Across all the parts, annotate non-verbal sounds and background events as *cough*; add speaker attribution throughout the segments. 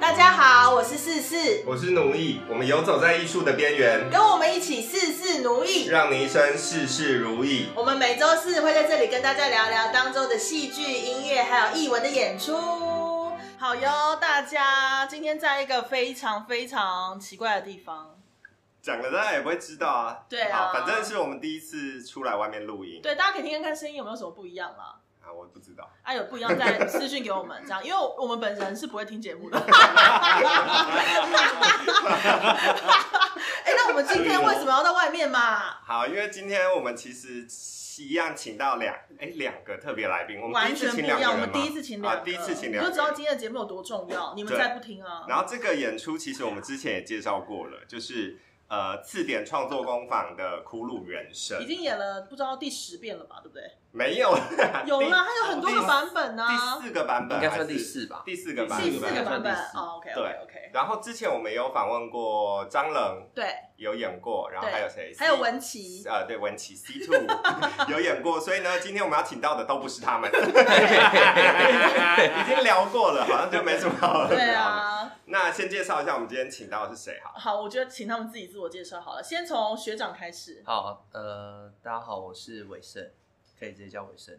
Speaker 1: 大家好，我是四四，
Speaker 2: 我是奴役，我们游走在艺术的边缘，
Speaker 1: 跟我们一起事事奴役。
Speaker 2: 让你一生事事如意。
Speaker 1: 我们每周四会在这里跟大家聊聊当周的戏剧、音乐还有艺文的演出。好哟，大家今天在一个非常非常奇怪的地方。
Speaker 2: 讲了大家也不会知道啊。
Speaker 1: 对啊
Speaker 2: 好，反正是我们第一次出来外面录音。
Speaker 1: 对，大家可以听听看声音有没有什么不一样啦。
Speaker 2: 啊，我不知道。
Speaker 1: 啊，有不一样再私讯给我们，这样，因为我们本人是不会听节目的。哎、 *laughs* 哎那我们今天为什么要在外面嘛？
Speaker 2: 好，因为今天我们其实一样请到两哎两个特别来宾，我们第
Speaker 1: 完
Speaker 2: 一
Speaker 1: 全
Speaker 2: 次
Speaker 1: 不
Speaker 2: 请
Speaker 1: 一
Speaker 2: 两个
Speaker 1: 样，
Speaker 2: 人
Speaker 1: 我
Speaker 2: 吗
Speaker 1: 们第一次请两
Speaker 2: 啊，
Speaker 1: 个，
Speaker 2: 第一次请两
Speaker 1: 你就
Speaker 2: 个
Speaker 1: 知道今天的节目有多重要，你们
Speaker 2: 对
Speaker 1: 再不听啊。
Speaker 2: 然后这个演出其实我们之前也介绍过了，就是呃次点创作工坊的《苦鲁人生
Speaker 1: 已》，经啊演了不知道第十遍了吧，对不对？
Speaker 2: 没有啦
Speaker 1: 有
Speaker 2: 第哦
Speaker 1: 啦，它有很多个版本啊
Speaker 2: 第，四个版本
Speaker 3: 应该算第
Speaker 2: 还是
Speaker 3: 四吧。
Speaker 2: 第四个版
Speaker 3: 版
Speaker 2: 本，
Speaker 1: 第四个版本
Speaker 3: 第四
Speaker 1: 哦，OK OK OK，
Speaker 2: 然后之前我们有访问过张冷，
Speaker 1: 对，
Speaker 2: 有演过，然后
Speaker 1: 对
Speaker 2: 还有谁？
Speaker 1: 还有
Speaker 2: C-
Speaker 1: 文琪，
Speaker 2: 呃，对，文琪
Speaker 1: *laughs*
Speaker 2: C two 有演过，所以呢，今天我们要请到的都不是
Speaker 1: *laughs*
Speaker 2: 他们， *laughs* 已经聊过了，好像就没什么好聊的
Speaker 1: 对。
Speaker 2: *laughs*
Speaker 1: 啊，
Speaker 2: 那先介绍一下我们今天请到的是谁好？
Speaker 1: 好，我觉得请他们自己自我介绍好了，先从学长开始
Speaker 3: 好，呃，大家好，我是伟盛，可以直接叫伟盛。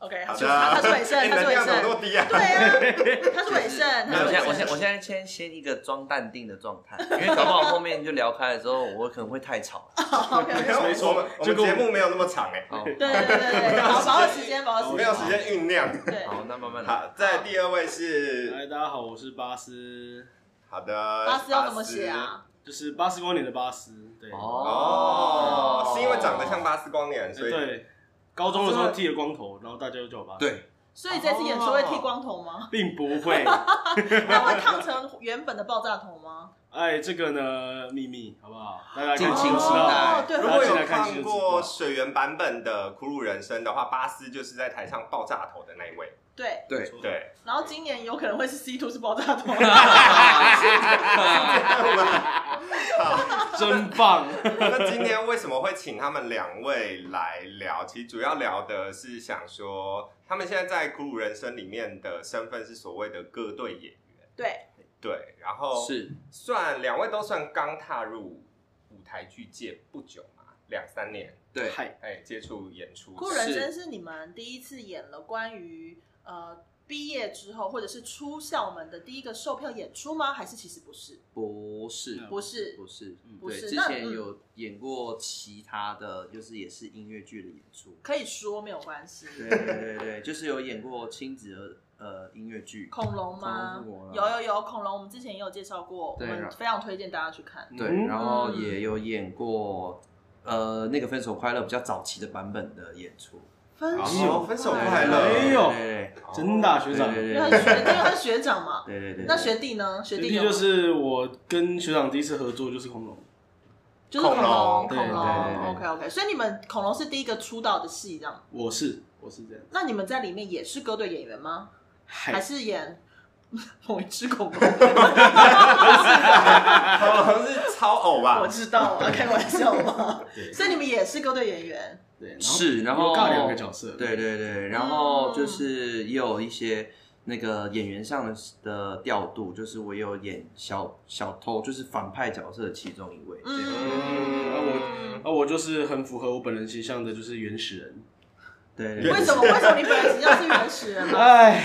Speaker 1: ，OK，他
Speaker 2: 好
Speaker 1: 是
Speaker 2: 的，
Speaker 1: 他是伟
Speaker 2: 哎
Speaker 1: 盛，他是
Speaker 2: 能
Speaker 1: 伟
Speaker 2: 量怎么那
Speaker 1: 盛，
Speaker 2: 么低啊？
Speaker 1: 对啊，他是伟盛，
Speaker 3: *laughs* 没有，
Speaker 1: 他
Speaker 3: 我
Speaker 1: 是伟盛
Speaker 3: 现在我现在我现在先先一个装淡定的状态，因为搞不好后面就聊开了之后，我可能会太吵了。
Speaker 1: ，OK
Speaker 2: 没有
Speaker 1: OK，
Speaker 2: 我们我们节目没有那么长哎，
Speaker 3: 好，
Speaker 1: 对对对对对，好，把握时间，把握
Speaker 2: 没
Speaker 1: 时
Speaker 2: 有
Speaker 1: 间，
Speaker 2: 时间酝酿。
Speaker 1: 对，
Speaker 3: 好，那慢慢来。
Speaker 2: 好，在第二位是
Speaker 4: 嗨，哎大家好，我是巴斯，
Speaker 2: 好的，
Speaker 1: 巴斯要怎么写啊？
Speaker 4: 就是巴斯光年的巴斯，对，
Speaker 2: 巴斯？
Speaker 3: 哦
Speaker 2: 哦，是因为长得像巴斯光年，
Speaker 4: 哎
Speaker 2: 所以
Speaker 4: 对，高中的时候剃了光头，然后大家就叫我巴斯，，
Speaker 3: 对，
Speaker 1: 所以这次演出会剃光头吗？
Speaker 4: 并不
Speaker 3: *laughs*
Speaker 1: *laughs*
Speaker 4: 会，
Speaker 1: 那会烫成原本的爆炸头吗？
Speaker 4: 哎，这个呢秘密，好不好？大家可以
Speaker 3: 敬请
Speaker 4: 知
Speaker 3: 期
Speaker 4: 道
Speaker 3: 待
Speaker 1: 哦对，
Speaker 2: 如果
Speaker 4: 大家进
Speaker 2: 有
Speaker 4: 来看戏
Speaker 2: 看
Speaker 4: 就知道
Speaker 2: 过水源版本的《苦鲁人生》的话，巴斯就是在台上爆炸头的那一位。
Speaker 1: 对，
Speaker 4: *laughs*
Speaker 3: 对，
Speaker 2: 对，
Speaker 1: 然后今年有可能会是 C two 是爆炸
Speaker 3: *laughs*
Speaker 1: 头，
Speaker 4: 真棒，
Speaker 2: 那今天为什么会请他们两位来聊？其实主要聊的是想说，他们现在在《苦鲁人生》里面的身份是所谓的歌队演员。
Speaker 1: 对
Speaker 2: 对，然后
Speaker 3: 是
Speaker 2: 算两位都算刚踏入舞台剧界不久嘛，两三年，
Speaker 3: 对，
Speaker 4: 嗨，
Speaker 2: 哎，接触演出
Speaker 1: 《酷人生》是你们第一次演了关于呃毕业之后或者是出校门的第一个售票演出吗？还是其实不是？
Speaker 3: 不是
Speaker 4: 嗯
Speaker 1: 不是，
Speaker 3: 不是
Speaker 4: 嗯，
Speaker 1: 不
Speaker 3: 对，
Speaker 1: 是
Speaker 3: 之
Speaker 1: 那
Speaker 3: 前
Speaker 1: 嗯
Speaker 3: 有演过其他的，就是也是音乐剧的演出。
Speaker 1: 可以说没有关系。
Speaker 3: 对对对对，就是有演过亲子儿呃音乐剧。
Speaker 1: 恐龙吗
Speaker 3: 恐龙？是我
Speaker 1: 有
Speaker 3: 啦
Speaker 1: 有有恐龙，我们之前也有介绍过，我
Speaker 3: 对
Speaker 1: 们
Speaker 3: 然
Speaker 1: 非常推荐大家去看。
Speaker 3: 对，
Speaker 4: 嗯
Speaker 3: 然后也有演过呃那个《分手快乐》比较早期的版本的演出。
Speaker 1: 分
Speaker 2: 哦
Speaker 1: 手，
Speaker 2: 分手快乐
Speaker 4: 哎呦
Speaker 3: 对
Speaker 4: 真的啊学
Speaker 3: 对
Speaker 4: 长，
Speaker 3: 哦对
Speaker 1: 因
Speaker 3: 对
Speaker 1: 为他
Speaker 3: 对
Speaker 1: 是
Speaker 3: 对
Speaker 1: 学，因为他是学长嘛。
Speaker 3: 对对对，
Speaker 1: 那学弟呢？学
Speaker 4: 学
Speaker 1: 弟
Speaker 4: 弟
Speaker 1: 有
Speaker 4: 就是我跟学长第一次合作就是恐龙，
Speaker 1: 就是恐龙，
Speaker 2: 恐龙
Speaker 1: 恐
Speaker 3: 对
Speaker 1: 龙
Speaker 3: 对对对
Speaker 1: ，OK OK。所以你们恐龙是第一个出道的戏，这样。
Speaker 4: 我是我是这样，
Speaker 1: 那你们在里面也是歌队演员吗？
Speaker 2: 哎
Speaker 1: 还
Speaker 4: 嗨，
Speaker 1: 是演 *laughs* 某一只
Speaker 2: *laughs*
Speaker 1: 恐龙？
Speaker 2: 恐龙是超偶吧
Speaker 1: 我？知道啊，开玩笑嘛。
Speaker 4: 对
Speaker 1: 所以你们也是歌队演员，
Speaker 4: *laughs* 对，然后
Speaker 3: 是，然后
Speaker 4: 我尬两个角色，
Speaker 3: 对对对，然后就是也有一些那个演员上的的调度，就是我有演小小偷，就是反派角色的其中一位。这样
Speaker 2: 嗯
Speaker 1: 嗯，
Speaker 4: 啊，我就是很符合我本人形象的，就是原始人，
Speaker 3: 对对
Speaker 1: 为
Speaker 2: 我
Speaker 3: 对
Speaker 1: 什么？为什么你本来形象是原始人
Speaker 2: *laughs*
Speaker 1: 嘛？
Speaker 4: 哎，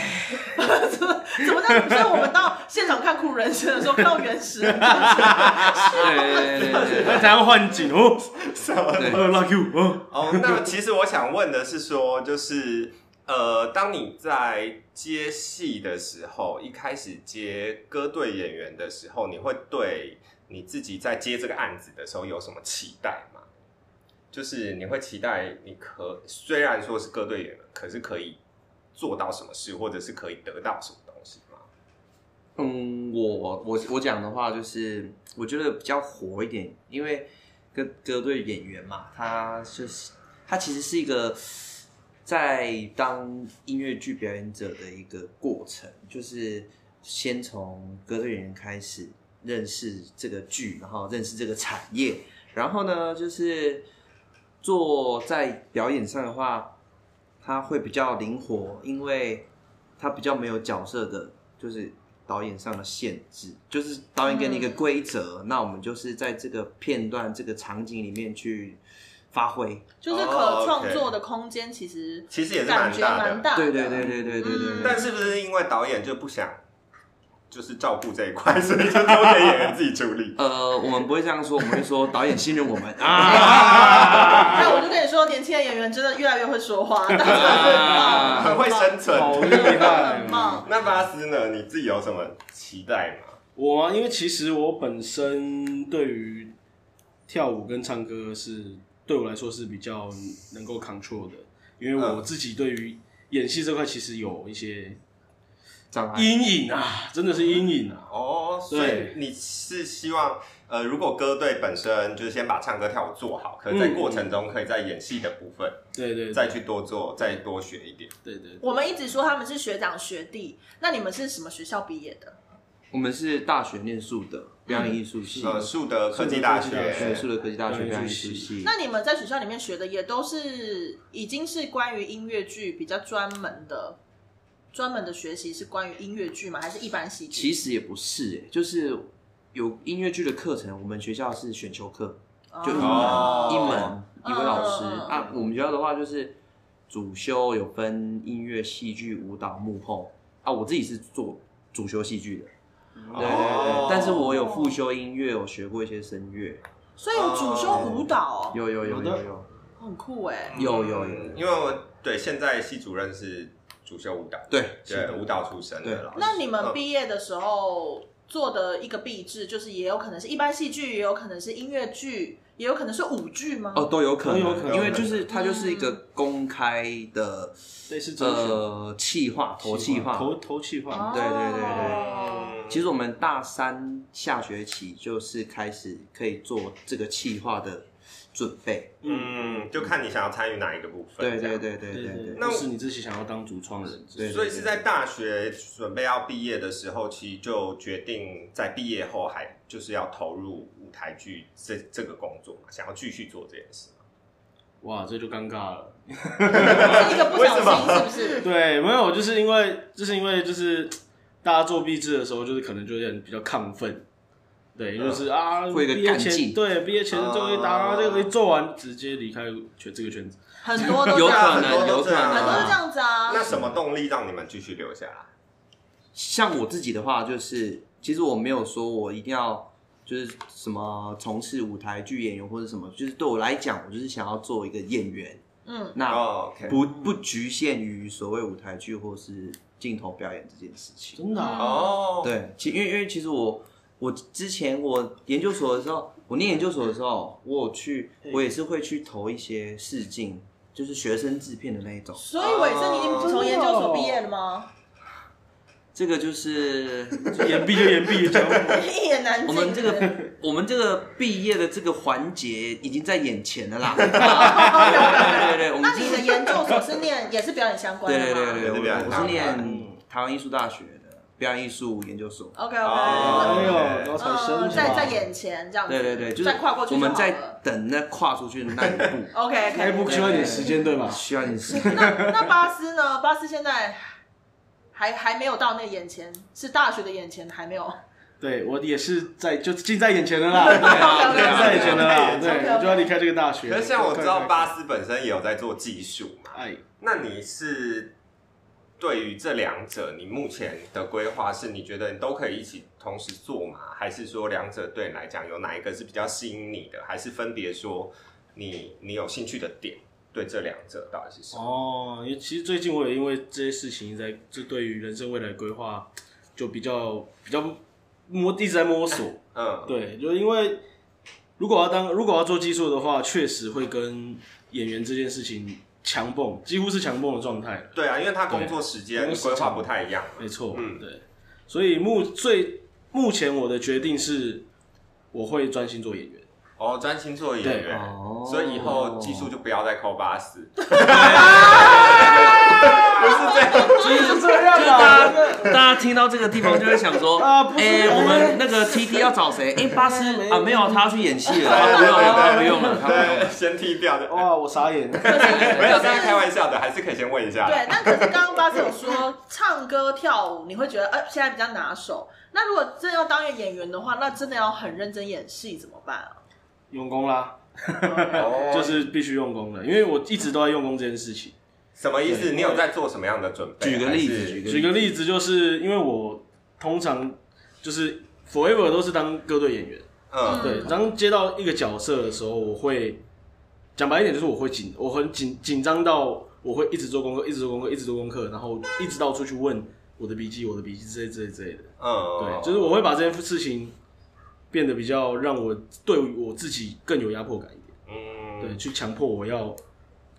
Speaker 1: 怎么怎么在？所以我们到现场看《酷人生》的时候，看到原始人，
Speaker 2: *laughs*
Speaker 3: 对对对对对
Speaker 4: 那才会幻景哦，呃，luck you，哦。
Speaker 2: 哦，那其实我想问的是说，就是呃，当你在接戏的时候，一开始接歌队演员的时候，你会对你自己在接这个案子的时候有什么期待吗？就是你会期待你可虽然说是歌队演员，可是可以做到什么事，或者是可以得到什么东西吗？
Speaker 3: 嗯，我我我讲的话就是，我觉得比较火一点，因为歌歌队演员嘛，他就是他其实是一个在当音乐剧表演者的一个过程，就是先从歌队演员开始认识这个剧，然后认识这个产业，然后呢，就是做在表演上的话，它会比较灵活，因为它比较没有角色的，就是导演上的限制，就是导演给
Speaker 1: 嗯
Speaker 3: 你一个规则，那我们就是在这个片段、这个场景里面去发挥。
Speaker 1: 就是可创作的空间其实
Speaker 2: 哦其实也是
Speaker 1: 感
Speaker 2: 蛮
Speaker 1: 觉
Speaker 2: 大
Speaker 1: 蛮
Speaker 2: 的。
Speaker 1: 大的，
Speaker 3: 对对对
Speaker 2: *laughs*
Speaker 3: 对对对对
Speaker 1: 嗯
Speaker 3: 对？
Speaker 2: 但是不是因为导演就不想就是照顾这一块，所以就都给演员自己处理
Speaker 3: 呃，我们不会这样说，我们会说导演信
Speaker 1: *laughs*
Speaker 3: 任我们
Speaker 1: 啊
Speaker 3: 啊。
Speaker 1: 那我就跟你说，年轻的演员真的越来越会说
Speaker 2: *laughs*
Speaker 1: 话，大家真的很棒
Speaker 3: 啊
Speaker 2: 很会生
Speaker 4: 好
Speaker 2: 存。
Speaker 4: 厉害，
Speaker 1: 很棒。
Speaker 2: 那巴斯呢？你自己有什么期待吗？
Speaker 4: 我啊，因为其实我本身对于跳舞跟唱歌是对我来说是比较能够 control 的，因为我自己对于演戏这块其实有一些
Speaker 3: 障碍
Speaker 4: 阴影啊，真的是阴影啊。
Speaker 2: 哦，所以
Speaker 4: 对
Speaker 2: 你是希望呃，如果歌队本身就是先把唱歌跳舞做好，可是在
Speaker 4: 嗯
Speaker 2: 过程中可以在演戏的部分
Speaker 4: 对对
Speaker 2: 再
Speaker 4: 对
Speaker 2: 去多做，再多学一点。
Speaker 4: 对对，
Speaker 1: 我们一直说他们是学长学弟，那你们是什么学校毕业的？
Speaker 3: 我们是大学念术的表演艺术系，
Speaker 2: 呃，树德科技
Speaker 4: 树德科技
Speaker 2: 大
Speaker 4: 大
Speaker 3: 学
Speaker 2: 学
Speaker 3: 术的科技大学
Speaker 4: 嗯表演
Speaker 3: 表演
Speaker 4: 艺术
Speaker 3: 艺术
Speaker 4: 系
Speaker 3: 系。
Speaker 1: 那你们在学校里面学的也都是已经是关于音乐剧比较专门的，专门的学习是关于音乐剧吗？还是一般戏剧？
Speaker 3: 其实也不是、欸，就是有音乐剧的课程，我们学校是选修课，就一门、
Speaker 2: 哦
Speaker 3: 一门一位老师、
Speaker 1: 嗯嗯嗯
Speaker 3: 啊。我们学校的话就是主修有分音乐、戏剧、舞蹈、幕后啊。我自己是做主修戏剧的，对对对
Speaker 2: 哦
Speaker 3: 但是我有复修音乐，有学过一些声乐，
Speaker 1: 所以有主修舞蹈、哦，
Speaker 3: 有有有
Speaker 4: 有
Speaker 3: 有
Speaker 4: 的
Speaker 3: 有，
Speaker 1: 很酷哎、
Speaker 3: 有有有
Speaker 2: 因为我对现在系主任是主修舞蹈，
Speaker 3: 对
Speaker 2: 对舞蹈出身的
Speaker 3: 对
Speaker 2: 老师。
Speaker 1: 那你们毕业的时候做的一个毕制，就是也有可能是一般戏剧，也有可能是音乐剧，也有可能是舞剧吗？
Speaker 3: 哦都有可能，
Speaker 4: 都有可能嗯
Speaker 3: 因为就是它就是一个公开的、
Speaker 4: 类似
Speaker 3: 呃企划投企划
Speaker 4: 投投气
Speaker 1: 哦
Speaker 4: 化，
Speaker 3: 对对对
Speaker 2: 嗯
Speaker 3: 其实我们大三下学期就是开始可以做这个企划的准备。
Speaker 2: 嗯，就看你想要参与哪一个部分。
Speaker 3: 对
Speaker 2: 这
Speaker 3: 对
Speaker 2: 样。
Speaker 3: 对对对
Speaker 4: 对对
Speaker 3: 对
Speaker 4: 对，
Speaker 2: 那
Speaker 4: 那
Speaker 2: 我
Speaker 4: 是你自己想要当主创人，
Speaker 3: 哦对
Speaker 2: 所以是在大学准备要毕业的时候，其实就决定在毕业后还就是要投入舞台剧这这个工作嘛，想要继续做这件事。
Speaker 4: 哇，这就尴尬了。
Speaker 1: 是一个不小
Speaker 2: 为什么
Speaker 1: 心，是不是？
Speaker 4: 对，没有，就是因为就是因为就是大家做壁纸的时候，就是可能就有点比较亢奋，对，
Speaker 2: 嗯
Speaker 4: 就是啊，
Speaker 3: 会有一个
Speaker 4: 毕业
Speaker 3: 干劲
Speaker 4: 前对毕业前
Speaker 2: 啊
Speaker 4: 就会打这个一做完，直接离开圈这个圈子。
Speaker 1: 很多都这
Speaker 3: 有可
Speaker 1: 样，
Speaker 2: 很多
Speaker 3: 能，
Speaker 2: 都
Speaker 3: 有可
Speaker 2: 这样
Speaker 1: 很多都这
Speaker 3: 能。
Speaker 1: 样子啊。
Speaker 2: 那什么动力让你们继续留下来？
Speaker 3: 像我自己的话，就是其实我没有说我一定要就是什么从事舞台剧演员或者什么，就是对我来讲，我就是想要做一个演员。
Speaker 1: 嗯，
Speaker 3: 那
Speaker 2: 哦，OK，
Speaker 3: 啊不不局限于所谓舞台剧或是镜头表演这件事情。
Speaker 4: 真的、啊，
Speaker 2: 哦，
Speaker 3: 对，其因为因为其实我我之前我研究所的时候，我念研究所的时候，我有去，我也是会去投一些试镜，就是学生制片的那一种。
Speaker 1: 所以伟正，你已经从研究所毕业了吗？
Speaker 3: 这个就是
Speaker 1: *laughs*
Speaker 4: 言毕就言毕，讲
Speaker 2: *laughs*
Speaker 1: 一言难尽。
Speaker 3: 我们这个
Speaker 1: 是不是
Speaker 3: 我们这个毕业的这个环节已经在眼前了啦。
Speaker 1: *laughs*
Speaker 3: 对对对，我们
Speaker 1: 那你的研究所是念也是表演相关
Speaker 3: 对
Speaker 1: 的吗？
Speaker 3: 对对对，
Speaker 2: 也是表演
Speaker 3: 我我
Speaker 2: 大
Speaker 3: 是
Speaker 2: 的
Speaker 3: 念台湾艺术大学的表演艺术研究所。
Speaker 1: OK
Speaker 2: 啊
Speaker 4: 哎呦
Speaker 1: OK。，
Speaker 4: 高材生
Speaker 1: 嗯，
Speaker 4: 是吧
Speaker 1: 在在眼前这样子，
Speaker 3: 对对对，就是
Speaker 1: 再跨过去
Speaker 3: 我
Speaker 1: 就好了
Speaker 3: 们在等那跨出去的那一
Speaker 1: *laughs*
Speaker 3: 步，
Speaker 1: OK
Speaker 4: 那一步
Speaker 1: OK。
Speaker 4: 需要一点时间，对吧？
Speaker 3: 需要点时间。
Speaker 1: 那巴斯呢？巴斯现在还还没有到那眼前，是大学的眼前还没有。
Speaker 4: 对我也是在就近在眼前了啦，对啊，
Speaker 1: 对啊
Speaker 4: 近在眼前了啦，
Speaker 1: 对啊
Speaker 4: 对，我就要离开这个大学。
Speaker 2: 可是像我知道
Speaker 4: 快，
Speaker 2: 巴斯本身也有在做技术嘛，
Speaker 4: 快哎，
Speaker 2: 那你是对于这两者，你目前的规划是你觉得你都可以一起同时做吗？还是说两者对你来讲有哪一个是比较吸引你的？还是分别说你你有兴趣的点？对这两者到底是什么？
Speaker 4: 哦，因为其实最近我也因为这些事情在，就对于人生未来规划就比较比较摸一直在摸索。
Speaker 2: 嗯，
Speaker 4: 对，就是因为如果要当如果要做技术的话，确实会跟演员这件事情强蹦，几乎是强蹦的状态了。
Speaker 2: 对啊，因为他工作时间
Speaker 4: 对
Speaker 2: 规划不太一样嘛。
Speaker 4: 没错，
Speaker 2: 嗯
Speaker 4: 对。所以目最目前我的决定是，我会专心做演员。
Speaker 2: 哦，专心做演员，
Speaker 3: 哦
Speaker 2: *laughs* 所以以后技术就不要再扣巴斯，不是这样，
Speaker 4: 就是这样
Speaker 3: 大
Speaker 4: 啊。
Speaker 3: 家大家听到这个地方就会想说，
Speaker 4: 啊不是
Speaker 3: 哎、
Speaker 4: 哎
Speaker 3: 我们那个 TD 要找谁？哎、巴斯
Speaker 4: 没
Speaker 3: 啊，没有，他要去演戏了，
Speaker 2: *laughs*
Speaker 3: 啊
Speaker 2: 对
Speaker 3: 不
Speaker 2: 对
Speaker 3: 用了，
Speaker 2: 对
Speaker 3: 他
Speaker 2: 对，
Speaker 3: 不用了，他不用
Speaker 2: 对，*laughs*
Speaker 3: 了。
Speaker 2: 先踢掉的。
Speaker 4: 哇，我傻 *laughs* 眼。
Speaker 2: 没 *laughs* 有，大家开玩笑的，还是可以先问一下。
Speaker 1: 对，那可是刚刚巴斯有说唱歌跳舞，你会觉得呃现在比较拿手。那如果真要当一个演员的话，那真的要很认真演戏，怎么办啊？
Speaker 4: 用功啦，
Speaker 1: 嗯
Speaker 2: 哦
Speaker 4: 就是必须用功的，因为我一直都在用功这件事情。
Speaker 2: 什么意思？
Speaker 4: 对
Speaker 2: 你有在做什么样的准备？
Speaker 3: 举个例子，
Speaker 2: 还是
Speaker 3: 举个
Speaker 4: 举
Speaker 3: 例子，
Speaker 4: 个例子，就是因为我通常就是 forever 都是当歌队演员，
Speaker 2: 嗯
Speaker 4: 对，当接到一个角色的时候，我会讲白一点，就是我会紧，我很紧紧张到我会一直做功课，一直做功课，一直做功课，然后一直到处去问我的笔记，我的笔记之类之类之类的。
Speaker 2: 嗯，
Speaker 4: 对，就是我会把这件事情变得比较让我对我自己更有压迫感一点，
Speaker 2: 嗯
Speaker 4: 对，。去强迫我要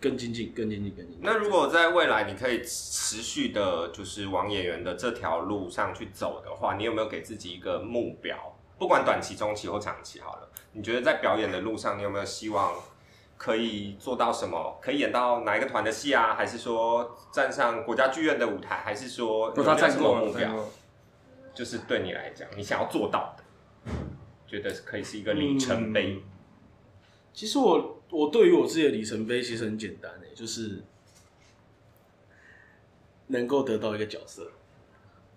Speaker 4: 更精进、更精进、更精进。
Speaker 2: 那如果在未来你可以持续的，就是往演员的这条路上去走的话，你有没有给自己一个目标？不管短期、中期或长期，好了，你觉得在表演的路上，你有没有希望可以做到什么？可以演到哪一个团的戏啊？还是说站上国家剧院的舞台？还是说有
Speaker 3: 哦
Speaker 2: 没
Speaker 3: 他
Speaker 2: 有
Speaker 3: 站
Speaker 2: 什么
Speaker 3: 过
Speaker 2: 目
Speaker 3: 了，
Speaker 2: 标
Speaker 3: 站？过了
Speaker 2: 就是对你来讲，你想要做到的，觉得可以是一个里程碑。
Speaker 4: 其实我我对于我自己的里程碑其实很简单诶、就是能够得到一个角色，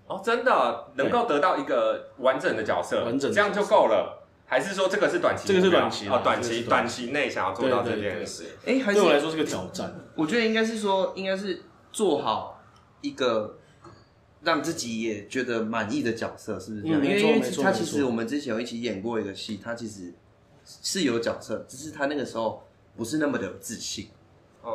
Speaker 2: 哦，真的能够得到一个完整的角色，
Speaker 4: 完整的
Speaker 2: 这样就够了。还是说这个是短期目标？
Speaker 4: 这个是短期的
Speaker 2: 哦，短
Speaker 4: 这个
Speaker 2: 期
Speaker 4: 是短
Speaker 2: 短期内想要做到这件事。
Speaker 3: 哎、还是
Speaker 4: 对我来说是个挑战。
Speaker 3: 我觉得应该是说，应该是做好一个让自己也觉得满意的角色，是不是这样？
Speaker 4: 嗯
Speaker 3: 因
Speaker 4: 没
Speaker 3: 为
Speaker 4: 错
Speaker 3: 因为
Speaker 4: 没错
Speaker 3: 他
Speaker 4: 没
Speaker 3: 其
Speaker 4: 错
Speaker 3: 实我们之前有一起演过一个戏，他其实是有角色，只是他那个时候不是那么的有自信。
Speaker 4: 嗯
Speaker 3: 我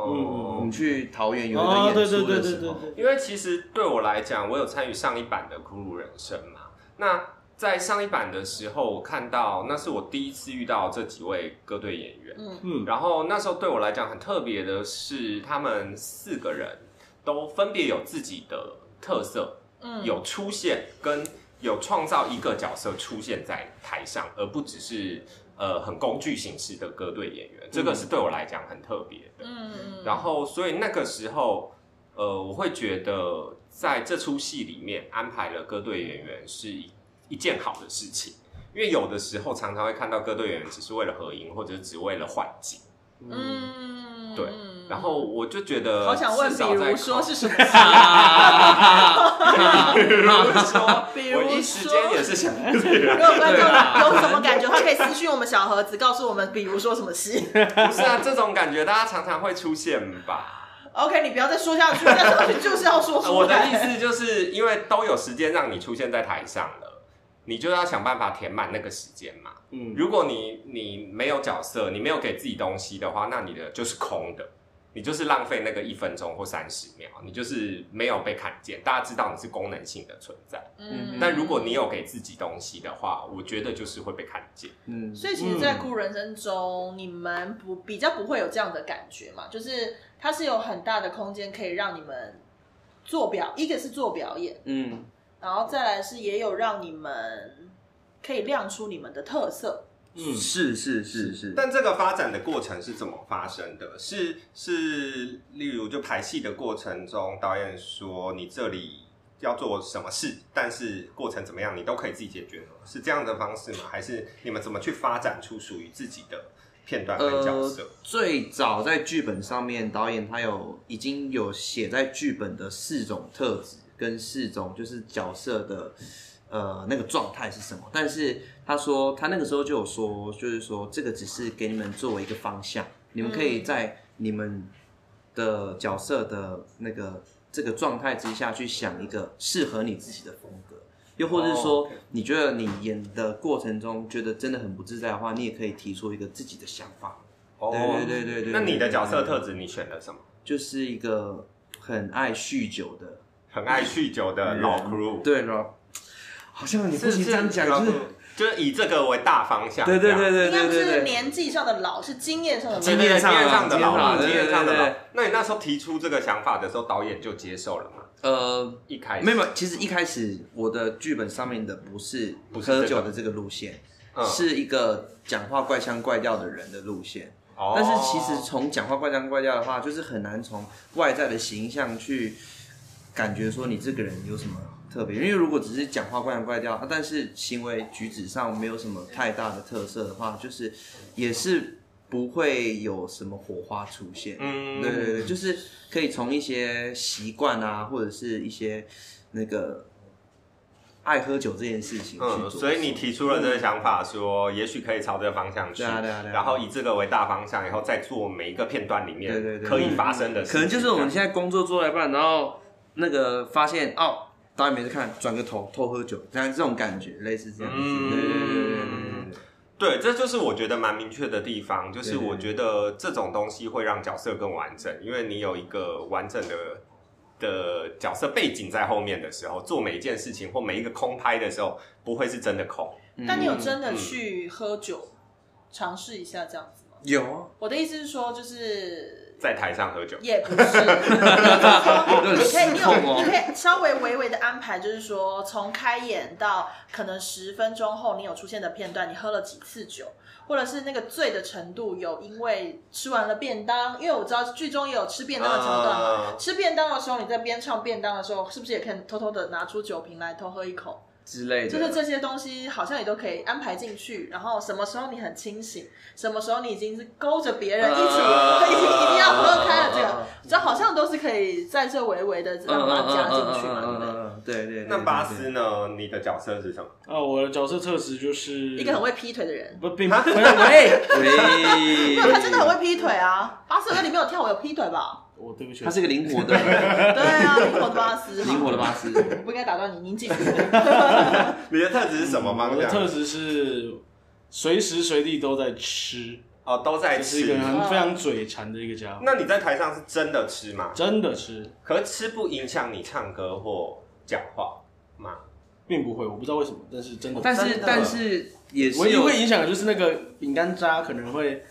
Speaker 2: 哦
Speaker 3: 们，去桃园有
Speaker 4: 哦
Speaker 3: 一，个
Speaker 4: 对
Speaker 3: 演
Speaker 4: 对
Speaker 3: 出
Speaker 4: 对
Speaker 3: 的
Speaker 4: 对
Speaker 3: 时
Speaker 4: 对
Speaker 3: 候，
Speaker 4: 对，
Speaker 2: 因为其实对我来讲，我有参与上一版的《苦鲁人生》嘛。那在上一版的时候，我看到那是我第一次遇到这几位歌队演员。
Speaker 1: 嗯，
Speaker 4: 嗯，
Speaker 2: 然后那时候对我来讲很特别的是，他们四个人都分别有自己的特色，
Speaker 1: 嗯
Speaker 2: 有出现跟有创造一个角色出现在台上，而不只是呃很工具形式的歌队演员，这个是对我来讲很特别的。
Speaker 1: 嗯嗯，
Speaker 2: 然后，所以那个时候，呃，我会觉得在这出戏里面安排了歌队演员是一一件好的事情，因为有的时候常常会看到歌队演员只是为了合影，或者只为了换景。
Speaker 1: 嗯，
Speaker 2: 对然后我就觉得，
Speaker 1: 好想问，
Speaker 2: 至
Speaker 1: 比
Speaker 2: 少在
Speaker 1: 如说
Speaker 2: 考
Speaker 1: 是什么？啊
Speaker 2: *laughs*
Speaker 1: 比如
Speaker 2: 我一时间也
Speaker 1: 说。
Speaker 2: 是想，
Speaker 1: 如果观众有什么感觉，他可以私讯我们小盒子，告诉我们，比如说什么戏。
Speaker 2: 不是啊，这种感觉大家常常会出现吧。
Speaker 1: OK，你不要再说下去，那下去就是要说
Speaker 2: 呃
Speaker 1: 出
Speaker 2: 我的
Speaker 1: 来。
Speaker 2: 意思就是因为都有时间让你出现在台上了，你就要想办法填满那个时间嘛。
Speaker 4: 嗯，
Speaker 2: 如果你你没有角色，你没有给自己东西的话，那你的就是空的，你就是浪费那个一分钟或三十秒，你就是没有被看见，大家知道你是功能性的存在。
Speaker 1: 嗯
Speaker 2: 但如果你有给自己东西的话，我觉得就是会被看见。
Speaker 3: 嗯，
Speaker 1: 所以其实，在《哭人生》中，你们不比较不会有这样的感觉嘛？就是它是有很大的空间可以让你们做表，一个是做表演，
Speaker 3: 嗯，
Speaker 1: 然后再来是也有让你们可以亮出你们的特色。
Speaker 4: 嗯
Speaker 3: 是是是是，
Speaker 2: 但这个发展的过程是怎么发生的？是是，例如就排戏的过程中，导演说你这里要做什么事，但是过程怎么样，你都可以自己解决呢？是这样的方式吗？还是你们怎么去发展出属于自己的片段跟角
Speaker 3: 呃
Speaker 2: 色？，
Speaker 3: 最早在剧本上面，导演他有已经有写在剧本的四种特质跟四种就是角色的呃那个状态是什么，但是他说他那个时候就有说，就是说这个只是给你们作为一个方向，你们可以在你们的角色的那个这个状态之下去想一个适合你自己的风格。又或者是
Speaker 2: 哦
Speaker 3: 说
Speaker 2: ，OK，
Speaker 3: 你觉得你演的过程中觉得真的很不自在的话，你也可以提出一个自己的想法。对对对对
Speaker 2: 哦
Speaker 3: 对
Speaker 2: 那你的角色特质你选了什么？
Speaker 3: 就是一个很爱酗酒的
Speaker 2: 很爱酗酒的老 crew，
Speaker 3: 对了，好像你不
Speaker 2: 是
Speaker 3: 行
Speaker 2: 是
Speaker 3: 这样讲，
Speaker 2: 老
Speaker 3: 就是
Speaker 2: crew，就是以这个为大方向。
Speaker 3: 对对
Speaker 2: 这
Speaker 3: 对
Speaker 2: 样
Speaker 3: 对
Speaker 1: 应该
Speaker 3: 对
Speaker 1: 不是
Speaker 3: 对对，
Speaker 1: 年纪上的老，是经验上的
Speaker 2: 对
Speaker 3: 经
Speaker 1: 老。
Speaker 2: 对对
Speaker 3: 验上的
Speaker 2: 经验上的老，
Speaker 3: 经
Speaker 2: 经
Speaker 3: 验上的
Speaker 2: 验上的
Speaker 3: 对对
Speaker 2: 老
Speaker 3: 对。
Speaker 2: 那你那时候提出这个想法的时候，导演就接受了吗？
Speaker 3: 呃，
Speaker 2: 一开始
Speaker 3: 没有，没有，其实一开始我的剧本上面的不是
Speaker 2: 不是这个
Speaker 3: 喝酒的这个路线，
Speaker 2: 嗯
Speaker 3: 是一个讲话怪腔怪调的人的路线。
Speaker 2: 哦
Speaker 3: 但是其实从讲话怪腔怪调的话，就是很难从外在的形象去感觉说你这个人有什么特别。因为如果只是讲话怪腔怪调，啊但是行为举止上没有什么太大的特色的话，就是也是不会有什么火花出现。
Speaker 2: 嗯
Speaker 3: 对对对，就是可以从一些习惯啊，或者是一些那个爱喝酒这件事情去
Speaker 2: 嗯，
Speaker 3: 做。
Speaker 2: 所以你提出了这个想法说，也许可以朝这个方向去，
Speaker 3: 对啊对啊对啊
Speaker 2: 然后以这个为大方向，以后再做每一个片段里面
Speaker 3: 对对对
Speaker 2: 可以发生的事情，
Speaker 3: 可能就是我们现在工作做到一半，然后那个发现哦，导演没在看，转个头偷喝酒，这样这种感觉，类似这样子。
Speaker 2: 嗯
Speaker 3: 对对对对对对对
Speaker 2: 对，这就是我觉得蛮明确的地方，就是
Speaker 3: 对
Speaker 2: 我觉得这种东西会让角色更完整，因为你有一个完整的的角色背景在后面的时候，做每一件事情或每一个空拍的时候，不会是真的空。
Speaker 1: 但你有
Speaker 4: 嗯
Speaker 1: 真的
Speaker 2: 嗯
Speaker 1: 去喝酒，尝试一下这样子吗？
Speaker 3: 有啊，
Speaker 1: 我的意思是说，就是
Speaker 2: 在台上喝酒，
Speaker 1: 也不是， *laughs* 你可以你
Speaker 3: 有点失控
Speaker 1: 有
Speaker 3: 哦
Speaker 1: 你可以稍微微微的安排，就是说从开演到可能十分钟后，你有出现的片段，你喝了几次酒，或者是那个醉的程度有因为吃完了便当，因为我知道剧中也有吃便当的桥段啊嘛。
Speaker 2: 呃
Speaker 1: 吃便当的时候，你在边唱便当的时候，是不是也可以偷偷的拿出酒瓶来偷喝一口？
Speaker 3: 之类
Speaker 1: 就是
Speaker 3: 的。
Speaker 1: 这些东西好像也都可以安排进去，然后什么时候你很清醒，什么时候你已经是勾着别人一起，
Speaker 2: 呃
Speaker 1: 已经一定要喝开了这
Speaker 3: 嗯嗯嗯
Speaker 1: 个，这好像都是可以在这微微的让它加进去嘛，对不对？
Speaker 3: 嗯，对对。对
Speaker 2: 那巴斯，呢？你的角色是什么？
Speaker 4: 啊，我的角色特质就是
Speaker 1: 一个很会劈腿的人，
Speaker 4: 不并不没有喂，
Speaker 3: 对对
Speaker 1: 没有，
Speaker 3: 对
Speaker 1: 他
Speaker 3: 喂，
Speaker 1: 真的很会劈腿啊！巴斯歌里面有跳舞有劈腿吧？
Speaker 4: 我对不起，
Speaker 3: 他是个灵活的，
Speaker 1: 对啊，灵活的巴斯，
Speaker 3: 灵活的巴斯。
Speaker 1: 我不应该打断你，您继续。
Speaker 2: 你的特质是什么吗？
Speaker 4: 嗯我
Speaker 2: 这
Speaker 4: 的
Speaker 2: 样
Speaker 4: 特质是随时随地都在吃，
Speaker 2: 哦，都在
Speaker 4: 就是一
Speaker 2: 吃
Speaker 4: 个。很非常嘴馋的一个家伙，
Speaker 2: 那你在台上是真的吃吗？
Speaker 4: 真的吃，
Speaker 2: 可是吃不影响你唱歌或讲话吗？
Speaker 4: 并不会，我不知道为什么，但是真的，
Speaker 3: 但
Speaker 2: 真
Speaker 3: 是
Speaker 2: 的
Speaker 3: 但是也是
Speaker 4: 唯一
Speaker 3: 有
Speaker 4: 会影响的就是那个饼干渣可能会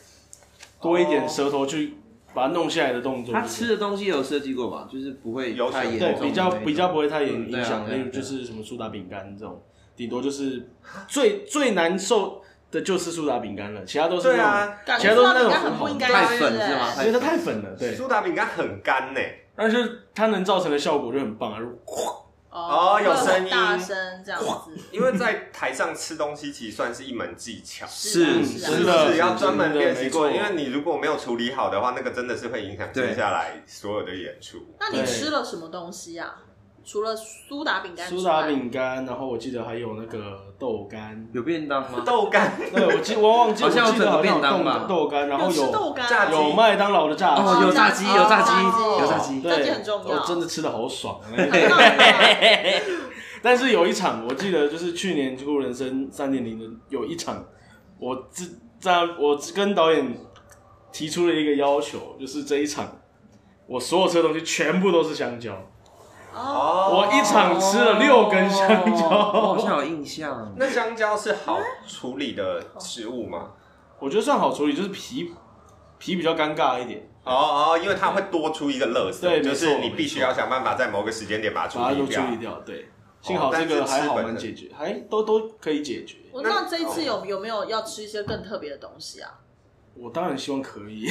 Speaker 4: 多一点舌头去把它弄下来的动作，
Speaker 3: 他吃的东西有设计过吧，就是不会
Speaker 2: 有
Speaker 3: 太
Speaker 2: 选
Speaker 3: 严
Speaker 2: 过
Speaker 3: 重
Speaker 4: 对
Speaker 3: 的那种，
Speaker 4: 比较比较不会太影
Speaker 3: 嗯对
Speaker 4: 影
Speaker 3: 啊
Speaker 4: 响，
Speaker 3: 对啊
Speaker 4: 例如就
Speaker 3: 对啊
Speaker 4: 是什么苏打饼干这种，顶多就是最最难受的就是苏打饼干了，其他都是
Speaker 2: 对
Speaker 4: 那种，
Speaker 2: 啊，
Speaker 1: 感
Speaker 4: 其他
Speaker 1: 觉
Speaker 4: 都
Speaker 1: 到
Speaker 4: 是那
Speaker 1: 应
Speaker 4: 种
Speaker 1: 该很不应该
Speaker 3: 太
Speaker 1: 对
Speaker 3: 粉
Speaker 1: 不对
Speaker 3: 是吗
Speaker 4: 因为它太粉了，对，
Speaker 2: 苏打饼干很干呢、
Speaker 4: 但是它能造成的效果就很棒啊，如
Speaker 2: 哦有声音
Speaker 1: 大声这样子，
Speaker 2: 因为在台上吃东西其实算是一门技巧，
Speaker 1: 是
Speaker 3: 是
Speaker 1: 啊
Speaker 2: 是
Speaker 1: 啊
Speaker 2: 不
Speaker 4: 的
Speaker 2: 是要专门
Speaker 4: 真的
Speaker 2: 练习过？
Speaker 4: 没
Speaker 2: 因
Speaker 4: 错
Speaker 2: 为你如果没有处理好的话，那个真的是会影响接
Speaker 3: 对
Speaker 2: 下来所有的演出。
Speaker 1: 那你
Speaker 4: 对
Speaker 1: 吃了什么东西啊？除了苏打饼干之外，
Speaker 4: 苏打饼干，然后我记得还有那个豆干，
Speaker 3: 有便当吗？
Speaker 2: 豆干
Speaker 4: 对我记我忘记，
Speaker 3: 好
Speaker 4: 我记
Speaker 3: 像有
Speaker 4: 得
Speaker 3: 整个
Speaker 4: 好像有
Speaker 3: 便当吧
Speaker 4: 豆豆干，然后
Speaker 1: 有吃
Speaker 4: 有
Speaker 1: 豆干
Speaker 2: 炸
Speaker 4: 有麦当劳的炸
Speaker 3: 哦，
Speaker 4: 鸡，
Speaker 3: 有炸鸡，有炸鸡，
Speaker 1: 哦
Speaker 3: 有炸鸡。
Speaker 4: 对
Speaker 1: 炸鸡很重要
Speaker 4: 我哦真的吃的好爽啊。
Speaker 1: 很棒很棒
Speaker 4: *laughs* 但是有一场，我记得就是去年《酷人生三点零》的有一场，我自在我跟导演提出了一个要求，就是这一场我所有吃的东西全部都是香蕉，
Speaker 1: 哦，
Speaker 2: 哦
Speaker 4: 我一场吃了六根香
Speaker 3: 哦我
Speaker 4: 蕉，
Speaker 3: 好像有印象。
Speaker 2: 那香蕉是好处理的食物吗？
Speaker 4: 我觉得算好处理，就是皮皮比较尴尬一点，
Speaker 2: 哦哦，因为它会多出一个垃圾，
Speaker 4: 对
Speaker 2: 就
Speaker 4: 没
Speaker 2: 是
Speaker 4: 错
Speaker 2: 你必须要想办法在某个时间点把它
Speaker 4: 把它
Speaker 2: 处
Speaker 4: 都
Speaker 2: 理
Speaker 4: 处
Speaker 2: 掉。
Speaker 4: 理掉。对，幸好这个还好能解
Speaker 1: 哦
Speaker 4: 决，还都都可以解决。
Speaker 1: 我那这一次有有没有要吃一些更特别的东西啊？
Speaker 4: 我当然希望可
Speaker 1: *laughs*
Speaker 4: 以，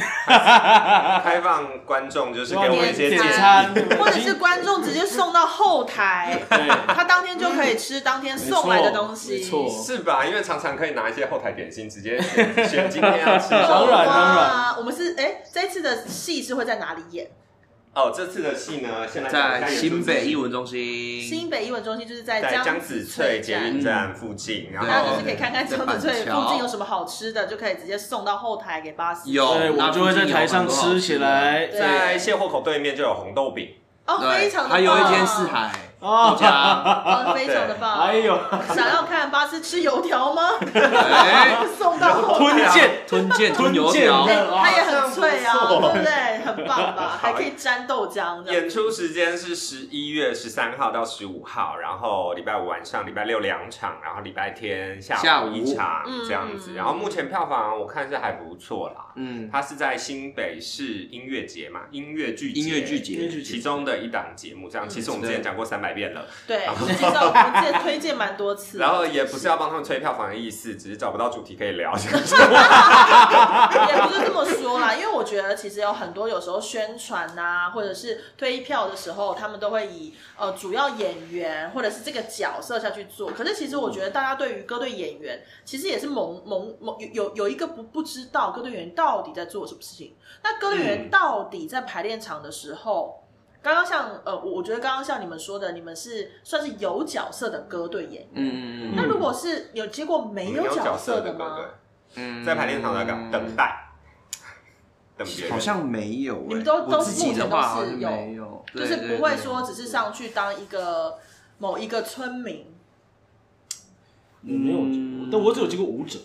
Speaker 2: 开放观众就是给我们一些
Speaker 1: 点
Speaker 2: 建
Speaker 1: 餐
Speaker 2: 议。
Speaker 1: *laughs* 或者是观众直接送到后台，
Speaker 4: 对。
Speaker 1: 他当天就可以吃当天送来的东西。
Speaker 4: 没错
Speaker 2: 是吧？因为常常可以拿一些后台点心，直接选选今天要吃什么。
Speaker 4: 当然
Speaker 1: 哇
Speaker 4: 当然
Speaker 1: 我们是哎，这一次的戏是会在哪里演？
Speaker 2: 哦，这次的戏呢，现在
Speaker 3: 在新北艺文中
Speaker 1: 新
Speaker 3: 心，
Speaker 1: 北艺文中心就是在
Speaker 2: 在
Speaker 1: 江
Speaker 2: 江子翠捷运站附近，然
Speaker 1: 嗯大家就
Speaker 2: 后
Speaker 1: 是可以看看江子翠附近有什么好吃的，就可以直接送到后台给巴斯。
Speaker 3: 有
Speaker 4: 对，我就会在台上吃起来。
Speaker 1: 对啊
Speaker 2: 在卸货口对面就有红豆饼，
Speaker 1: 哦，非
Speaker 3: 对，
Speaker 1: 常的棒，
Speaker 3: 还有一间四海
Speaker 4: 哦
Speaker 3: 一
Speaker 1: *laughs*
Speaker 3: 家，
Speaker 1: 哦，非常的棒。
Speaker 4: 哎呦，
Speaker 1: 想要看巴斯吃油条吗？ *laughs*
Speaker 3: 哎，
Speaker 1: 送到后
Speaker 4: *laughs*
Speaker 1: 台。
Speaker 4: 吞剑，
Speaker 3: 吞剑吞油
Speaker 4: 吞剑
Speaker 3: 条，
Speaker 1: 它也很脆啊，对
Speaker 2: 好像不错
Speaker 1: 不对？很棒吧？还可以沾豆浆这样。
Speaker 2: 演出时间是十一月十三号到十五号，然后礼拜五晚上、礼拜六两场，然后礼拜天下
Speaker 3: 下
Speaker 2: 午
Speaker 3: 午
Speaker 2: 一场这样
Speaker 1: 嗯
Speaker 2: 子。然后目前票房我看是还不错啦，
Speaker 3: 嗯，
Speaker 2: 它是在新北市音乐节嘛，音乐剧节
Speaker 3: 音乐剧
Speaker 4: 音乐
Speaker 3: 节，
Speaker 4: 剧
Speaker 2: 其中的一档节目，这
Speaker 1: 嗯
Speaker 2: 样其实我们之前讲过三百遍了，
Speaker 1: 对，介绍我介推荐蛮多次。
Speaker 2: 然后也不是要帮他们吹票房的意思，只是找不
Speaker 1: *laughs*
Speaker 2: 到主题可以聊。
Speaker 1: 也不是这么说啦，因为我觉得其实有很多有时候宣传啊，或者是推票的时候，他们都会以呃主要演员或者是这个角色下去做。可是其实我觉得大家对于歌队演员，其实也是蒙蒙蒙有有有一个不不知道歌队演员到底在做什么事情。那歌队演员到底在排练场的时候，刚刚像呃，我我觉得刚刚像你们说的，你们是算是有角色的歌队演员。
Speaker 3: 嗯嗯
Speaker 1: 那如果是有结果没有角色的
Speaker 2: 歌
Speaker 1: 吗？
Speaker 2: 队，
Speaker 3: 嗯
Speaker 2: 在排练场在干嘛？等待，等别人。
Speaker 3: 好像没有、欸，
Speaker 1: 你们都都
Speaker 3: 我自己的话好像
Speaker 1: 目前都是有
Speaker 3: 没有，
Speaker 1: 就是
Speaker 3: 对对
Speaker 1: 不会
Speaker 3: 对
Speaker 1: 说只是上去当一个某一个村民
Speaker 4: 我没有经过，但我只有经过舞者，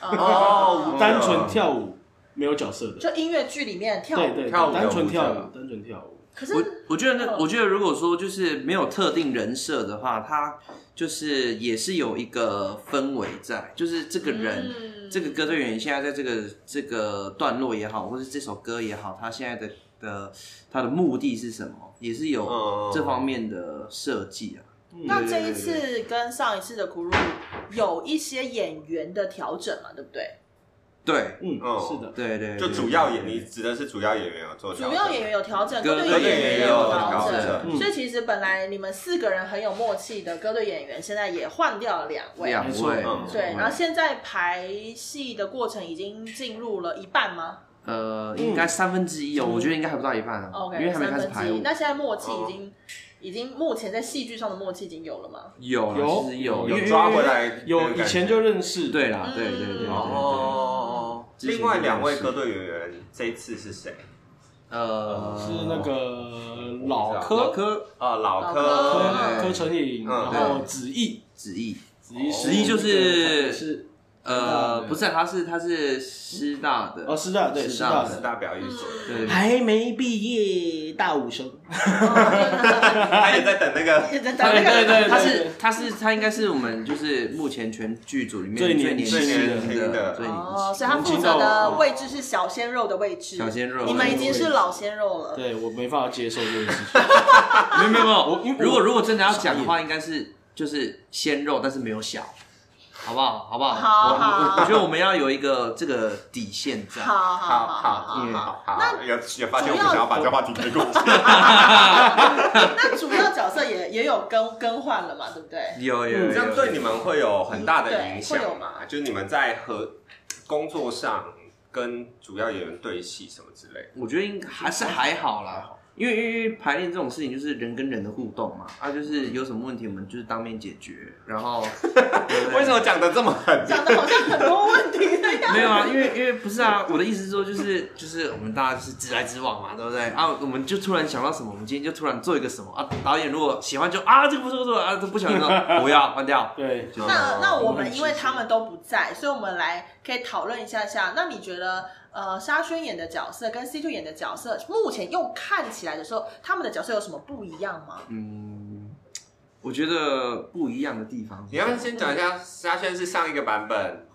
Speaker 1: 啊，
Speaker 2: 哦
Speaker 4: 单纯跳舞没有角色的，
Speaker 1: 就音乐剧里面跳
Speaker 4: 对
Speaker 1: 舞。
Speaker 4: 对，
Speaker 2: 跳舞
Speaker 4: 对单纯跳
Speaker 2: 舞者
Speaker 4: 舞，单纯跳舞。
Speaker 1: 可是
Speaker 3: 我我觉得那，
Speaker 1: 嗯
Speaker 3: 我觉得如果说就是没有特定人设的话，他就是也是有一个氛围在，就是这个人，
Speaker 1: 嗯
Speaker 3: 这个歌队员现在在这个这个段落也好，或是这首歌也好，他现在的的他的目的是什么，也是有
Speaker 2: 嗯
Speaker 3: 这方面的设计啊。
Speaker 1: 那这一次跟上一次的 crew 有一些演员的调整嘛，对不对？
Speaker 3: 对
Speaker 4: 嗯，
Speaker 2: 嗯
Speaker 4: 是的，
Speaker 3: 对对，
Speaker 2: 就
Speaker 3: 对
Speaker 2: 主要演，
Speaker 3: 对
Speaker 2: 你指的是主要演员有做
Speaker 1: 主要演员有调整，
Speaker 3: 歌
Speaker 1: 歌
Speaker 3: 歌
Speaker 1: 队
Speaker 3: 队
Speaker 1: 演员
Speaker 3: 演
Speaker 1: 也
Speaker 3: 员
Speaker 1: 有
Speaker 3: 有
Speaker 1: 调
Speaker 3: 调
Speaker 1: 整。
Speaker 4: 整
Speaker 1: 所以其实本来你们四个人很有默契的歌队演员，现在也换掉了两位。
Speaker 3: 两
Speaker 4: 没错
Speaker 3: 位
Speaker 2: 嗯，
Speaker 1: 对，然后现在排戏的过程已经进入了一半吗
Speaker 3: 呃，应该三分之一哦，我觉得应该还不到一半啊
Speaker 1: ？OK，
Speaker 3: 因为还没
Speaker 1: 三
Speaker 3: 开始
Speaker 1: 分
Speaker 3: 排哦
Speaker 1: 之一
Speaker 3: 舞。
Speaker 1: 那现在默契已经、已经目前在戏剧上的默契已经有了吗？
Speaker 3: 有
Speaker 4: 有
Speaker 3: 啦，其实有
Speaker 2: 有
Speaker 4: 因为
Speaker 2: 抓回来那
Speaker 4: 有
Speaker 2: 个
Speaker 4: 以
Speaker 2: 感
Speaker 4: 前
Speaker 2: 觉
Speaker 4: 就认识，
Speaker 3: 对啦，对对对对对。
Speaker 2: 哦。
Speaker 3: 之前
Speaker 2: 另外两位
Speaker 3: 就认识
Speaker 2: 歌队演员这一次是谁？
Speaker 3: 呃，
Speaker 4: 是那个老
Speaker 3: 老
Speaker 4: 柯
Speaker 3: 科
Speaker 2: 啊，老
Speaker 1: 老
Speaker 2: 柯
Speaker 1: 柯
Speaker 4: 柯柯成
Speaker 2: 嗯
Speaker 4: 颖，然后子毅，
Speaker 3: 子毅，
Speaker 4: 子毅
Speaker 2: 子毅
Speaker 3: 就是
Speaker 4: 是
Speaker 3: 呃，
Speaker 4: 对
Speaker 3: 不是，他是他是师大的
Speaker 4: 哦，师大对
Speaker 3: 师
Speaker 4: 师
Speaker 3: 大
Speaker 4: 大
Speaker 2: 四
Speaker 4: 的，
Speaker 2: 大表演所，
Speaker 3: 对，
Speaker 4: 还没毕业大五生，
Speaker 2: 他也在等那个
Speaker 1: 对对
Speaker 3: *laughs* 对对对，他
Speaker 4: 对
Speaker 3: 是
Speaker 4: 对
Speaker 3: 他是他应该是我们就是目前全剧组里面
Speaker 4: 最
Speaker 3: 最
Speaker 4: 年
Speaker 3: 年
Speaker 4: 轻
Speaker 3: 轻的
Speaker 2: 的
Speaker 3: 最年
Speaker 1: 哦，
Speaker 3: 轻。
Speaker 1: 所以他负责的位置是小鲜肉的位置，
Speaker 3: 小鲜肉
Speaker 1: 你们已经是老鲜肉了。
Speaker 4: 对我没办法接受这件事情，
Speaker 3: 没有没有
Speaker 1: 啊
Speaker 3: 没
Speaker 4: 我因
Speaker 3: 有，
Speaker 4: 为我
Speaker 3: 如果如果真的要讲的话，应该是就是鲜肉，但是没有小，好不好？好不好？
Speaker 1: 好
Speaker 3: 我
Speaker 1: 好
Speaker 3: 我我觉得我们要有一个这个底线在。
Speaker 1: 好好
Speaker 2: 好
Speaker 1: 好好
Speaker 2: 好
Speaker 1: 好好。
Speaker 2: 好好，有有发现我们想要把这话题推过去，
Speaker 1: 那主要角色也也有更更换了嘛，对不对？
Speaker 3: 有有有，
Speaker 2: 这样对你们会有很大的影
Speaker 1: 对会有
Speaker 2: 响吗？就是你们在和工作上跟主要演员对戏什么之类的，
Speaker 3: 我觉得应该还是还好啦，因为因为因为排练这种事情就是人跟人的互动嘛，啊，就是有什么问题我们就是当面解决，
Speaker 2: *laughs*
Speaker 3: 然后
Speaker 2: 为什么讲的这么狠？
Speaker 1: 讲的好像很多问题那样。
Speaker 3: 没有啊？因为因为不是啊，我的意思是说就是就是我们大家就是直来直往嘛，对不对？啊，我们就突然想到什么，我们今天就突然做一个什么啊？导演如果喜欢就啊这个不错不错啊，这不喜欢就不要换掉。
Speaker 4: *laughs* 对，
Speaker 3: 就是
Speaker 1: 那
Speaker 2: 哦
Speaker 1: 那我们因为他们都不在，所以我们来可以讨论一下下。那你觉得，呃，沙宣演的角色跟 C two 演的角色，目前用看起来的时候，他们的角色有什么不一样吗？
Speaker 3: 嗯，我觉得不一样的地方是
Speaker 2: 你要不要先讲一下沙宣是上一个版本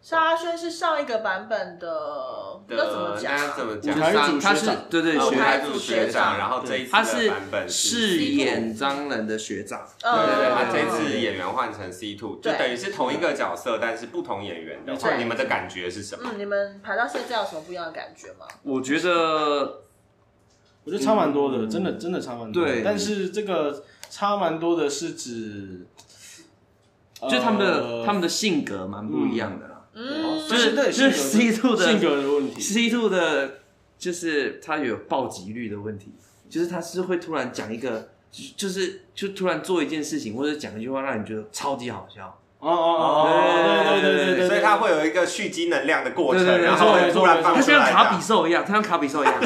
Speaker 1: 沙宣是上一个版本的，
Speaker 2: 的，
Speaker 1: 要怎么讲啊？
Speaker 2: 呃那怎么讲
Speaker 4: 舞？台
Speaker 3: 他
Speaker 4: 组
Speaker 3: 他
Speaker 4: 学
Speaker 3: 是
Speaker 4: 长
Speaker 3: 对对
Speaker 2: 呃
Speaker 1: 舞
Speaker 2: 舞
Speaker 3: 学
Speaker 1: 台
Speaker 2: 台
Speaker 1: 组
Speaker 2: 组
Speaker 1: 学
Speaker 2: 学
Speaker 1: 长
Speaker 2: 长，然后这一次
Speaker 3: 他
Speaker 2: 的
Speaker 3: 是
Speaker 2: 版本
Speaker 3: 饰演张人的学长。
Speaker 1: 嗯
Speaker 2: 对对对，
Speaker 3: 嗯
Speaker 2: 他这
Speaker 3: 一
Speaker 2: 次演员换成 C two，就
Speaker 1: 对
Speaker 2: 等于是同一个角色，但是不同演员的话，
Speaker 1: 对
Speaker 2: 你们的感觉是什么？
Speaker 1: 嗯，你们排到现在有什么不一样的感觉吗？
Speaker 3: 我觉得
Speaker 4: 我觉得差蛮多的，真的真的差蛮多的。
Speaker 3: 对
Speaker 4: 但是这个差蛮多的是指，呃哦
Speaker 3: 就他们的他们的性格蛮不一样的啦，
Speaker 2: 哦
Speaker 1: 嗯，
Speaker 3: 就是
Speaker 4: 对
Speaker 3: 就是
Speaker 4: 性
Speaker 3: C
Speaker 4: 格
Speaker 3: two 的
Speaker 4: 性格的问题，
Speaker 3: C two 的，就是他有暴击率的问题，就是他是会突然讲一个，就就是就突然做一件事情或者讲一句话，让你觉得超级好笑。
Speaker 4: 哦哦
Speaker 1: 嗯
Speaker 4: 哦，
Speaker 3: 对
Speaker 4: 对对对对对，
Speaker 2: 所以他会有一个蓄积能量的过
Speaker 3: 对
Speaker 2: 程，
Speaker 3: 对对
Speaker 2: 然后
Speaker 4: 没
Speaker 2: 突
Speaker 4: 错
Speaker 2: 然
Speaker 4: 没错
Speaker 2: 放
Speaker 3: 他
Speaker 2: 出
Speaker 3: 像
Speaker 2: 来
Speaker 3: 卡比
Speaker 2: 的。
Speaker 3: 兽一样，他像卡比兽一样，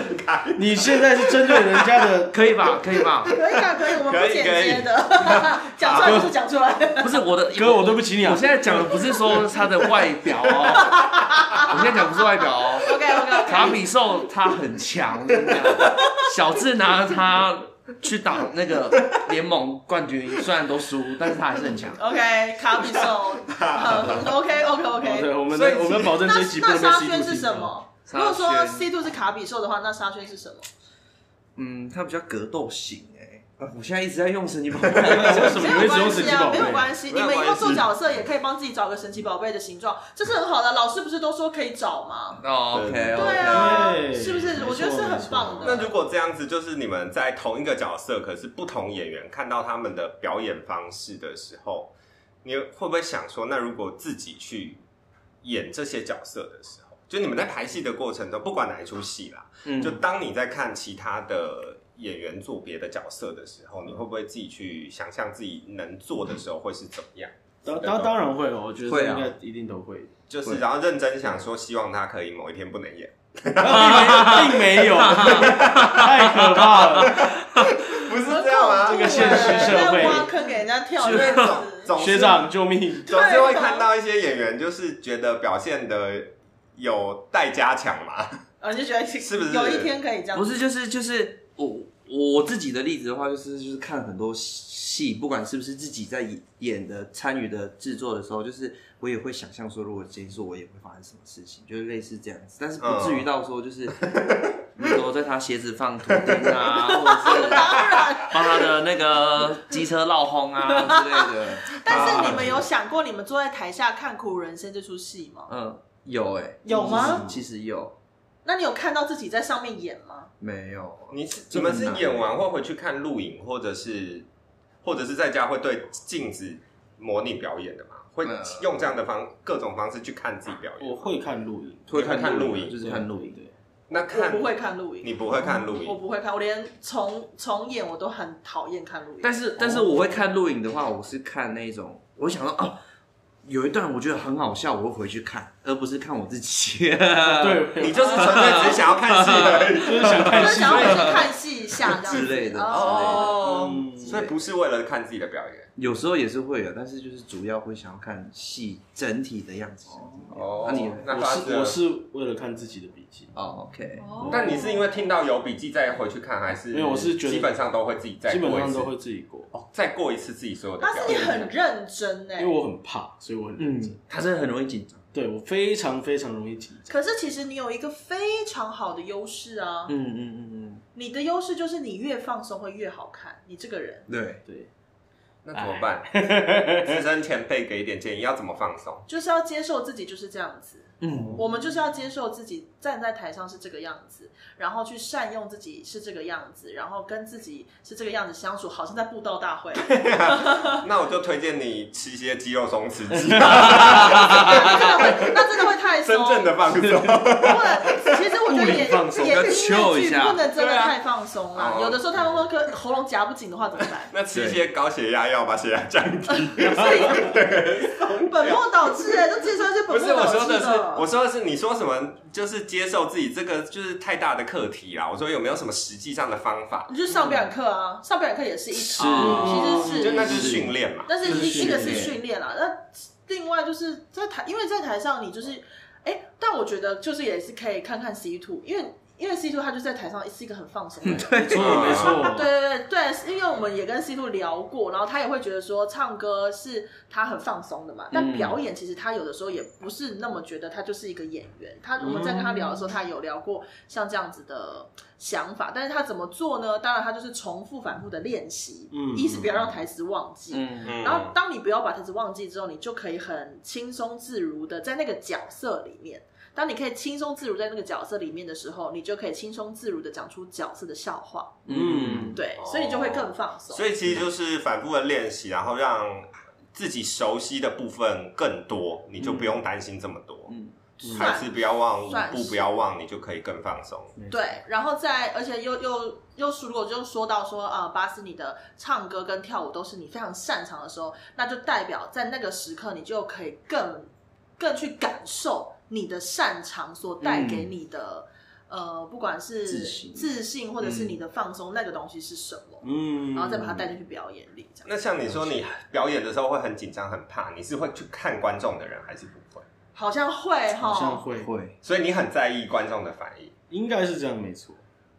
Speaker 4: 你现在是针对人家
Speaker 3: *laughs*
Speaker 4: 的，
Speaker 3: 可以吧？可以吧？
Speaker 1: 可以啊，可以，我们
Speaker 2: 可
Speaker 1: 不
Speaker 2: 以
Speaker 1: 剪接
Speaker 2: *laughs*
Speaker 1: 的，讲出来就是讲出来。
Speaker 3: 不是我的
Speaker 4: 哥，我对不起你啊
Speaker 3: 我。现在讲的不是说他的外表哦，我现在讲不是外表哦，
Speaker 1: OK OK，
Speaker 3: 卡比兽他很强，真的。小智拿他去打那个联盟冠军，虽然都输，但是他还是很强。
Speaker 1: OK，卡比 *laughs*
Speaker 2: *laughs*
Speaker 1: 兽，OK OK
Speaker 4: 哦
Speaker 1: OK
Speaker 4: 对，。我们
Speaker 2: 所以
Speaker 4: 我们保证
Speaker 1: 那
Speaker 4: 这一集不
Speaker 1: 那
Speaker 4: 能被
Speaker 1: 沙
Speaker 4: C
Speaker 1: 宣
Speaker 4: 度
Speaker 1: 是什？么？
Speaker 3: 沙
Speaker 1: 如
Speaker 3: 宣
Speaker 1: 果说 C two 是卡比兽的话，那沙宣是什么？
Speaker 3: 嗯，他比较格斗型哎、我现在一直在用神奇宝贝，为
Speaker 4: 什么
Speaker 1: 没
Speaker 4: 你会
Speaker 1: 有
Speaker 4: 使
Speaker 1: 关系
Speaker 4: 用神奇宝
Speaker 1: 啊，
Speaker 4: 贝
Speaker 1: 没有关系。
Speaker 2: 没
Speaker 1: 你
Speaker 2: 有
Speaker 1: 们以后
Speaker 2: 关系
Speaker 1: 做角色也可以帮自己找个神奇宝贝的形状，这是很好的。老师不是都说可以找吗？
Speaker 3: 哦，OK，OK，
Speaker 1: 对啊，
Speaker 4: 对
Speaker 1: 是不是？
Speaker 4: 没
Speaker 1: 我觉得
Speaker 4: 错
Speaker 1: 是
Speaker 4: 没
Speaker 1: 很
Speaker 4: 错
Speaker 1: 棒的。
Speaker 2: 那如果这样子，就是你们在同一个角色，可是不同演员看到他们的表演方式的时候，你会不会想说，那如果自己去演这些角色的时候，就你们在排戏的过程中，不管哪一出戏啦，
Speaker 3: 嗯
Speaker 2: 就
Speaker 3: *laughs*
Speaker 2: 当你在看其他的演员做别的角色的时候，你会不会自己去想象自己能做的时候会是怎么样？
Speaker 4: 当当当然会哦，我觉得
Speaker 3: 会啊
Speaker 4: 应该一定都会。
Speaker 2: 就是然后认真想说，希望他可以某一天不能演，
Speaker 4: 并没有，太可怕了。
Speaker 2: 不是
Speaker 1: 很
Speaker 2: 这样吗？
Speaker 1: 恐怖
Speaker 4: 这个现实社会
Speaker 1: 在挖坑给人家跳，
Speaker 2: 因为总总是
Speaker 4: 学长，救命！
Speaker 2: 总是会看到一些演员，就是觉得表现的有待加强嘛。
Speaker 1: 啊，你就觉得
Speaker 2: 是不是
Speaker 1: 有一天可以这样？
Speaker 3: 不是，就是就是我我自己的例子的话，就是就是看很多戏，不管是不是自己在演演的、参与的制作的时候，就是我也会想象说，如果今天是我也会发生什么事情，就是类似这样子，但是不至
Speaker 2: 嗯
Speaker 3: 于到说就是。比如说在他鞋子放图钉啊，或者
Speaker 1: 当
Speaker 3: 是
Speaker 4: *laughs*
Speaker 1: 然，
Speaker 3: 帮他的那个机车绕轰啊之类的。
Speaker 1: 但
Speaker 4: 啊
Speaker 1: 是你们有想过，你们坐在台下看《苦人生》这出戏吗？
Speaker 3: 嗯，有哎、
Speaker 1: 有吗
Speaker 3: 其实其实有，
Speaker 1: 那你有看到自己在上面演吗？
Speaker 3: 没有？
Speaker 2: 你是你
Speaker 3: 这
Speaker 2: 们
Speaker 3: 很
Speaker 2: 是
Speaker 3: 难
Speaker 2: 演完会回去看录影，或者是或者是在家会对镜子模拟表演的嘛？会
Speaker 3: 呃
Speaker 2: 用这样的方各种方式去看自己表演。
Speaker 4: 我会看录影，
Speaker 3: 会
Speaker 2: 看
Speaker 3: 看
Speaker 2: 录
Speaker 3: 录
Speaker 2: 影
Speaker 3: 影，就是看录影。
Speaker 4: 对，
Speaker 2: 那
Speaker 1: 我
Speaker 2: 看
Speaker 1: 不会看录影，
Speaker 2: 你不会看录
Speaker 1: 我
Speaker 2: 影，
Speaker 1: 不会看，我连重重演我都很讨厌看录影。
Speaker 3: 但是但是我会看录影的话，我是看那种，我想到啊，有一段我觉得很好笑，我会回去看，而不是看我自己。 *laughs*
Speaker 4: 对，
Speaker 2: 你就是纯粹只是想要看戏而
Speaker 4: *laughs*
Speaker 2: 已，
Speaker 4: 就是想看
Speaker 1: 就是 *laughs*
Speaker 4: 戏
Speaker 1: 想要回去看戏一下这样子
Speaker 3: 之类的
Speaker 1: 哦，
Speaker 4: 嗯
Speaker 2: 所以不是为了看自己的表演。
Speaker 3: 有时候也是会啊有，但是就是主要会想要看戏整体的样子。
Speaker 2: 哦
Speaker 3: 那你
Speaker 2: 那
Speaker 4: 我
Speaker 2: 发
Speaker 4: 是我
Speaker 2: 是，
Speaker 4: 是为了看自己的笔记，
Speaker 3: 哦，OK，
Speaker 1: 哦
Speaker 2: 那你是因为听到有笔记再回去看，还是
Speaker 4: 没有我是觉得
Speaker 2: 基本上都会自己再
Speaker 4: 基本
Speaker 2: 过一
Speaker 4: 上都
Speaker 2: 次，
Speaker 4: 会自己过，
Speaker 2: 哦再过一次自己所有的
Speaker 1: 但
Speaker 2: 表
Speaker 1: 是你
Speaker 2: 演。
Speaker 1: 很认真哎、
Speaker 4: 因为我很怕，所以我很认真。
Speaker 3: 嗯，他真的很容易紧张。
Speaker 4: 对我非常非常容易紧张，
Speaker 1: 可是其实你有一个非常好的优势啊，
Speaker 3: 嗯嗯嗯
Speaker 1: 你的优势就是你越放松会越好看，你这个人
Speaker 3: 嗯，对，
Speaker 4: 对，
Speaker 2: 那怎么办？资深前辈给一点建议，要怎么放 *laughs* 松？
Speaker 1: 就是要接受自己就是这样子。
Speaker 3: 嗯，
Speaker 1: 我们就是要接受自己站在台上是这个样子，然后去善用自己是这个样子，然后跟自己是这个样子相处，好像在布道大会， *laughs* 真
Speaker 2: 那我就推荐你吃一些肌肉松弛 *laughs* 剂，
Speaker 1: 的会，那真的会太松。
Speaker 2: 真正的放松。
Speaker 1: 不，其实我觉得演
Speaker 4: 物理放松
Speaker 1: 演音
Speaker 3: 要 chill
Speaker 1: 乐
Speaker 3: 一
Speaker 1: 剧
Speaker 3: 下
Speaker 1: 不能真的
Speaker 2: 对啊
Speaker 1: 太放松
Speaker 2: 哦
Speaker 1: 了，有的时候太放松，可喉咙夹不紧的话怎么办？
Speaker 2: 那吃一些高血压药，把血压降低。
Speaker 1: 本末倒置哎，这自己说是
Speaker 2: 不
Speaker 1: 本
Speaker 2: 是
Speaker 1: 末
Speaker 2: 我
Speaker 1: 倒置
Speaker 2: 说的是，我说的是你说什么？就是接受自己这个就是太大的课题啦。我说有没有什么实际上的方法？嗯
Speaker 1: 你就上表演课啊，上表演课也是一
Speaker 3: 是
Speaker 1: 堂，嗯其实
Speaker 2: 就是那就是训练嘛。
Speaker 1: 但是
Speaker 4: 就是
Speaker 1: 一
Speaker 4: 训
Speaker 1: 一
Speaker 4: 练
Speaker 1: 个是训练啦，那另外就是在台，因为在台上你就是，哎、但我觉得就是也是可以看看 C two，因为因为 C two 他就在台上是一个很放松的
Speaker 3: *laughs*
Speaker 1: 人。
Speaker 4: 没错没错，
Speaker 1: 啊对对对对，因为我们也跟 C two 聊过，然后他也会觉得说唱歌是他很放松的嘛，
Speaker 4: 嗯
Speaker 1: 但表演其实他有的时候也不是那么觉得，他就是一个演员。他我们在跟他聊的
Speaker 4: 嗯
Speaker 1: 时候，他有聊过像这样子的想法，但是他怎么做呢？当然他就是重复反复的练习，
Speaker 4: 嗯
Speaker 1: 一是不要让台词忘记，
Speaker 3: 嗯
Speaker 2: 嗯
Speaker 1: 然后，当你不要把台词忘记之后，你就可以很轻松自如的在那个角色里面。当你可以轻松自如在那个角色里面的时候，你就可以轻松自如的讲出角色的笑话，
Speaker 3: 嗯，
Speaker 1: 对，
Speaker 2: 哦
Speaker 1: 所以你就会更放松。
Speaker 2: 所以其实就是反复的练习，然后让自己熟悉的部分更多，你就不用担心这么多。
Speaker 3: 嗯
Speaker 2: 还是不要忘，舞
Speaker 1: 算
Speaker 2: 步
Speaker 1: 是
Speaker 2: 不要忘，你就可以更放松。
Speaker 1: 对，然后再而且又又又说，如果就说到说啊、呃巴斯你的唱歌跟跳舞都是你非常擅长的时候，那就代表在那个时刻你就可以更更去感受你的擅长所带给你的、呃，不管是
Speaker 3: 自信
Speaker 1: 信或者是你的放松、那个东西是什么，
Speaker 4: 嗯，
Speaker 1: 然后再把它带进去表演里，这样
Speaker 2: 那像你说你表演的时候会很紧张、很怕，你是会去看观众的人还是不会？
Speaker 1: 好像会哈，
Speaker 4: 好像会，
Speaker 3: 会
Speaker 2: 所以你很在意观众的反应
Speaker 4: 应该是这样没错，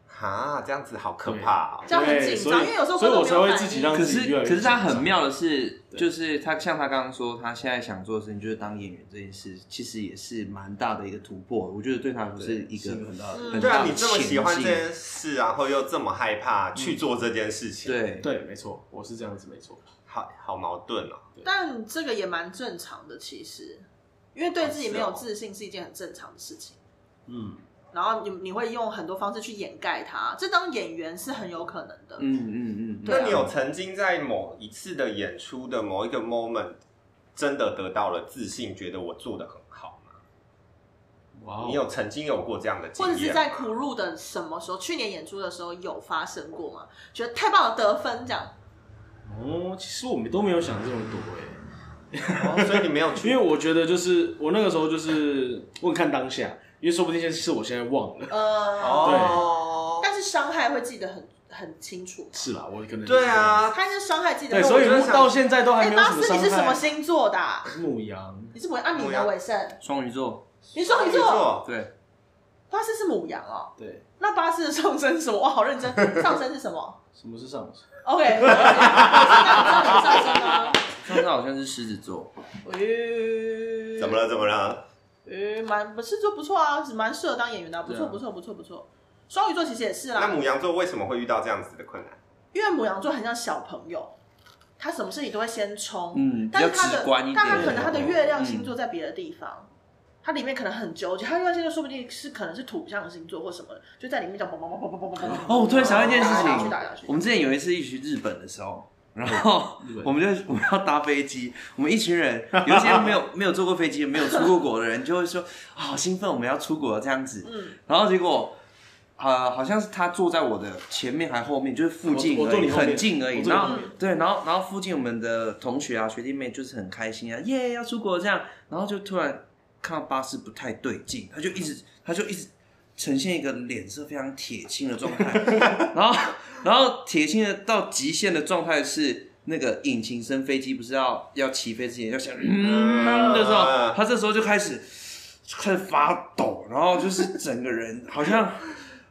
Speaker 2: 哈，这样子好可怕、哦。
Speaker 1: 这样很
Speaker 4: 对
Speaker 1: 紧
Speaker 4: 所以
Speaker 1: 张，因为有时候
Speaker 4: 所以
Speaker 1: 观
Speaker 4: 我
Speaker 1: 众
Speaker 4: 才
Speaker 1: 没
Speaker 4: 会
Speaker 1: 有
Speaker 4: 自己
Speaker 1: 反应
Speaker 4: 让
Speaker 3: 可
Speaker 4: 自己
Speaker 3: 是
Speaker 4: 越来越
Speaker 3: 可是他很
Speaker 4: 紧张
Speaker 3: 妙的是，就是他像他刚刚说，他现在想做的事情就是当演员这件事，其实也是蛮大的一个突破。我觉得对他来说是一个
Speaker 4: 是很大的
Speaker 1: 嗯
Speaker 3: 很
Speaker 2: 对
Speaker 3: 大
Speaker 2: 啊，
Speaker 3: 的
Speaker 2: 你这么
Speaker 3: 前
Speaker 2: 喜欢这
Speaker 3: 进
Speaker 2: 件事，啊然后又这么害怕去做这件事
Speaker 1: 嗯
Speaker 2: 情，，
Speaker 3: 对
Speaker 4: 对，没错，我是这样子，没错。
Speaker 2: 好好矛盾哦。
Speaker 1: 但这个也蛮正常的，其实，因为对自己没有自信是一件很正常的事情。
Speaker 4: 嗯，
Speaker 1: 然后你你会用很多方式去掩盖它，这当演员是很有可能的。
Speaker 3: 嗯嗯嗯，
Speaker 1: 对啊
Speaker 2: 那你有曾经在某一次的演出的某一个 moment，真的得到了自信，觉得我做的很好吗？
Speaker 4: 哇哦，
Speaker 2: 你有曾经有过这样的经
Speaker 1: 或
Speaker 2: 验
Speaker 1: 者
Speaker 2: 吗？
Speaker 1: 是在苦路的什么时候？去年演出的时候有发生过吗？觉得太棒了，得分这样。
Speaker 4: 哦，其实我们都没有想这么多哎、
Speaker 2: 哦，所以你没有去，
Speaker 4: 因为我觉得就是我那个时候就是问看当下，因为说不定是我现在忘了。
Speaker 1: 呃，
Speaker 2: 哦，
Speaker 1: 但是伤害会记得很很清楚。
Speaker 4: 是啦，我可能
Speaker 2: 对，啊，
Speaker 1: 他是伤害记得
Speaker 4: 对，
Speaker 1: 很清
Speaker 4: 所以
Speaker 1: 楚。
Speaker 2: 我就想
Speaker 4: 到现在都还
Speaker 1: 哎，
Speaker 4: 没有
Speaker 1: 巴
Speaker 4: 什么
Speaker 1: 斯，
Speaker 4: 伤
Speaker 1: 你
Speaker 4: 害。
Speaker 1: 是什么星座的啊？
Speaker 4: 牧羊，
Speaker 1: 你是母啊？你
Speaker 2: 母
Speaker 1: 呢？
Speaker 2: 羊
Speaker 1: 伟盛？
Speaker 3: 双鱼座，
Speaker 1: 你双鱼
Speaker 2: 没
Speaker 1: 座？
Speaker 2: 错，
Speaker 3: 对，
Speaker 1: 巴斯是母羊哦。
Speaker 4: 对，
Speaker 1: 那巴斯的上升是什么？哇，好认真。上升是什么
Speaker 4: 什么是上升？
Speaker 1: ？OK，我现在 *laughs* 知道你上升了。
Speaker 3: 上次好像是狮子座，
Speaker 1: *laughs* 咦，
Speaker 2: 怎么？了？怎么了？
Speaker 1: 咦，嗯蛮不是说不错啊，蛮适合当演员的啊，不错
Speaker 4: 对啊
Speaker 1: 不错不错不错。双鱼座其实也是啊
Speaker 2: 那
Speaker 1: 啦，
Speaker 2: 母羊座为什么会遇到这样子的困难？
Speaker 1: 因为母羊座很像小朋友，他什么事情都会先冲，
Speaker 3: 嗯
Speaker 1: 但是
Speaker 3: 比较
Speaker 1: 他的
Speaker 3: 直观一点
Speaker 1: 但他可能他的月亮星座在别的地方，它里面可能很纠结，他月亮星座说不定是可能是土象星座或什么，就在里面讲嘣嘣嘣嘣嘣嘣嘣。
Speaker 3: 哦我突然想到
Speaker 2: 一件事情
Speaker 1: 打下去打下去
Speaker 3: 我，们之前有一次一起去日本的时候，然后
Speaker 4: 日本
Speaker 3: 我们就我们要搭飞机，我们一群人有一些没有没有坐过飞机、没有出过国的人，就会说啊好兴奋，我们要出国了这样子。
Speaker 1: 嗯，
Speaker 3: 然后结果呃，好像是他坐在我的前面还后面，就是附近
Speaker 4: 我我
Speaker 3: 而
Speaker 4: 坐
Speaker 3: 已，
Speaker 4: 你后面
Speaker 3: 很近而已。
Speaker 4: 我坐你
Speaker 3: 然
Speaker 4: 后
Speaker 3: 后
Speaker 4: 面
Speaker 3: 对，然后然后附近我们的同学啊、学弟妹就是很开心啊，耶要出国了这样，然后就突然看到巴士不太对劲，他就一直他就一直呈现一个脸色非常铁青的状态，然后然后铁青的到极限的状态是。那个引擎声，飞机不是要要起飞之前要想，嗯的时候，他这时候就开始就开始发抖，然后就是整个人好像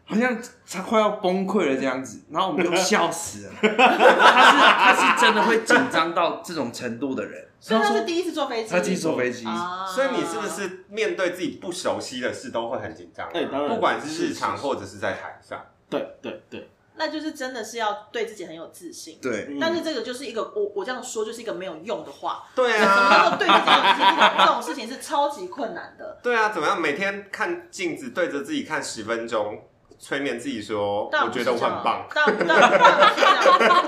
Speaker 3: 好像他快要崩溃了这样子，然后我们就笑死了。他是他是真的会紧张到这种程度的人，
Speaker 1: 所以他是第一次坐飞机，
Speaker 3: 他自己坐飞机，
Speaker 1: 啊，
Speaker 2: 所以你是不是面对自己不熟悉的事都会很紧张啊？
Speaker 4: 哎当然
Speaker 2: 不管是日常
Speaker 4: 是是是
Speaker 2: 或者是在台上。
Speaker 4: 对对对，
Speaker 1: 那就是真的是要对自己很有自信。
Speaker 3: 对，
Speaker 1: 但是这个就是一个我我这样说就是一个没有用的话，
Speaker 2: 对
Speaker 1: 什么叫做
Speaker 2: 啊，
Speaker 1: 对自己有自信？这种这种事情是超级困难的。
Speaker 2: 对啊，怎么样？每天看镜子，对着自己看十分钟，催眠自己说，
Speaker 1: 当
Speaker 2: 我
Speaker 1: 然不
Speaker 2: 觉
Speaker 1: 是
Speaker 2: 得我
Speaker 1: 这
Speaker 2: 很
Speaker 1: 样
Speaker 2: 棒。
Speaker 1: 当然当然当然不是这样 *laughs* 子啊。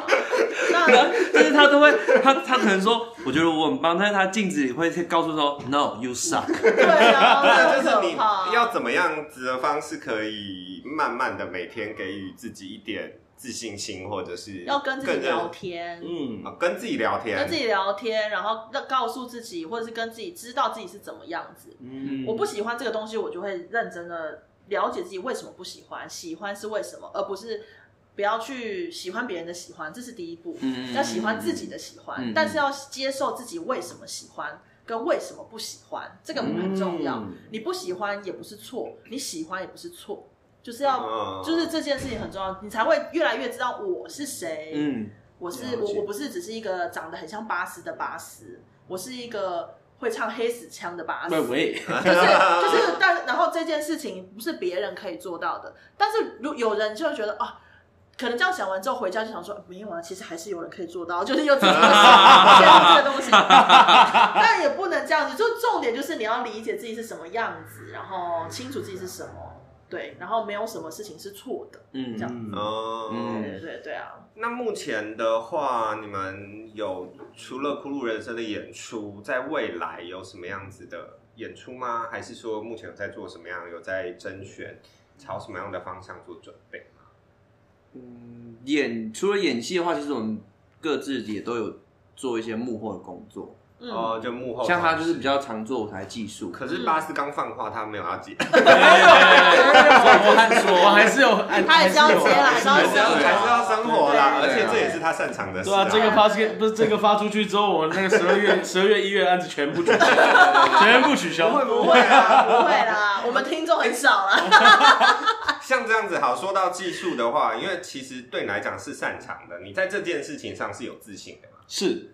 Speaker 1: 当然
Speaker 3: *laughs* 但是他都会他他可能说，我觉得我很棒，但是他镜子里会告诉说，No, you suck。
Speaker 1: 对啊，
Speaker 2: 那
Speaker 1: *laughs* 那
Speaker 2: 就是你要怎么样子的方式，可以慢慢的每天给予自己一点自信心，或者是
Speaker 1: 要跟自己
Speaker 2: 更认
Speaker 1: 聊天，
Speaker 4: 嗯，
Speaker 2: 啊，跟自己聊
Speaker 1: 跟
Speaker 2: 天
Speaker 1: 自。己聊天，然后要告诉自己，或者是跟自己知道自己是怎么样子。
Speaker 4: 嗯，
Speaker 1: 我不喜欢这个东西，我就会认真的了解自己为什么不喜欢，喜欢是为什么，而不是不要去喜欢别人的喜欢，这是第一步。
Speaker 3: 嗯
Speaker 1: 要喜欢自己的喜欢，
Speaker 3: 嗯
Speaker 1: 但是要接受自己为什么喜欢跟为什么不喜欢，这个很重要。
Speaker 4: 嗯
Speaker 1: 你不喜欢也不是错，你喜欢也不是错，就是要、
Speaker 2: 嗯
Speaker 1: 就是这件事情很重要，你才会越来越知道我是谁。
Speaker 3: 嗯，
Speaker 1: 我是
Speaker 4: 了
Speaker 1: 我
Speaker 4: 解
Speaker 1: 我不是只是一个长得很像巴斯的巴斯，我是一个会唱黑死腔的巴斯。
Speaker 4: 喂喂，
Speaker 1: 啊就是就是，但然后这件事情不是别人可以做到的，但是如有人就会觉得啊，可能这样想完之后回家就想说没有啊，其实还是有人可以做到，就是有自己的陷入这个东西， *laughs* 但也不能这样子。就重点就是你要理解自己是什么样子，然后清楚自己是什么，对，然后没有什么事情是错的，
Speaker 3: 嗯
Speaker 1: 这样
Speaker 4: 嗯，
Speaker 2: 哦
Speaker 1: 对
Speaker 3: 嗯
Speaker 1: 对对对啊，
Speaker 2: 那目前的话，你们有除了《酷路人生》的演出，在未来有什么样子的演出吗？还是说目前有在做什么样，有在甄选，朝什么样的方向做准备？
Speaker 3: 嗯，演除了演戏的话，其实我们各自也都有做一些幕后的工作，
Speaker 1: 嗯，
Speaker 2: 哦，就幕后
Speaker 3: 像他就是比较常做舞台技术。
Speaker 2: 可是巴斯刚放话，他没有要接，
Speaker 3: 我还
Speaker 4: 我还是有，
Speaker 2: *laughs*
Speaker 4: 啊
Speaker 1: 他还是要接啦，还是要
Speaker 2: 还
Speaker 1: 接
Speaker 2: 是要
Speaker 1: 啦
Speaker 2: 还是要生活啦，
Speaker 3: 啊
Speaker 1: 对啊
Speaker 2: 而
Speaker 1: 对
Speaker 2: 且这也是他擅长的事、
Speaker 4: 对啊，这个发现不是这个发出去之后，我那个十
Speaker 1: *laughs*
Speaker 4: 二月、十二月、一月案子全部取消，全部
Speaker 2: 不
Speaker 4: 取
Speaker 2: 会
Speaker 4: 消。
Speaker 2: 不会啊，
Speaker 1: 不会啦，我们听众很少啦。
Speaker 2: *laughs* 像这样子好，说到技术的话，因为其实对你来讲是擅长的，你在这件事情上是有自信的嘛。
Speaker 4: 是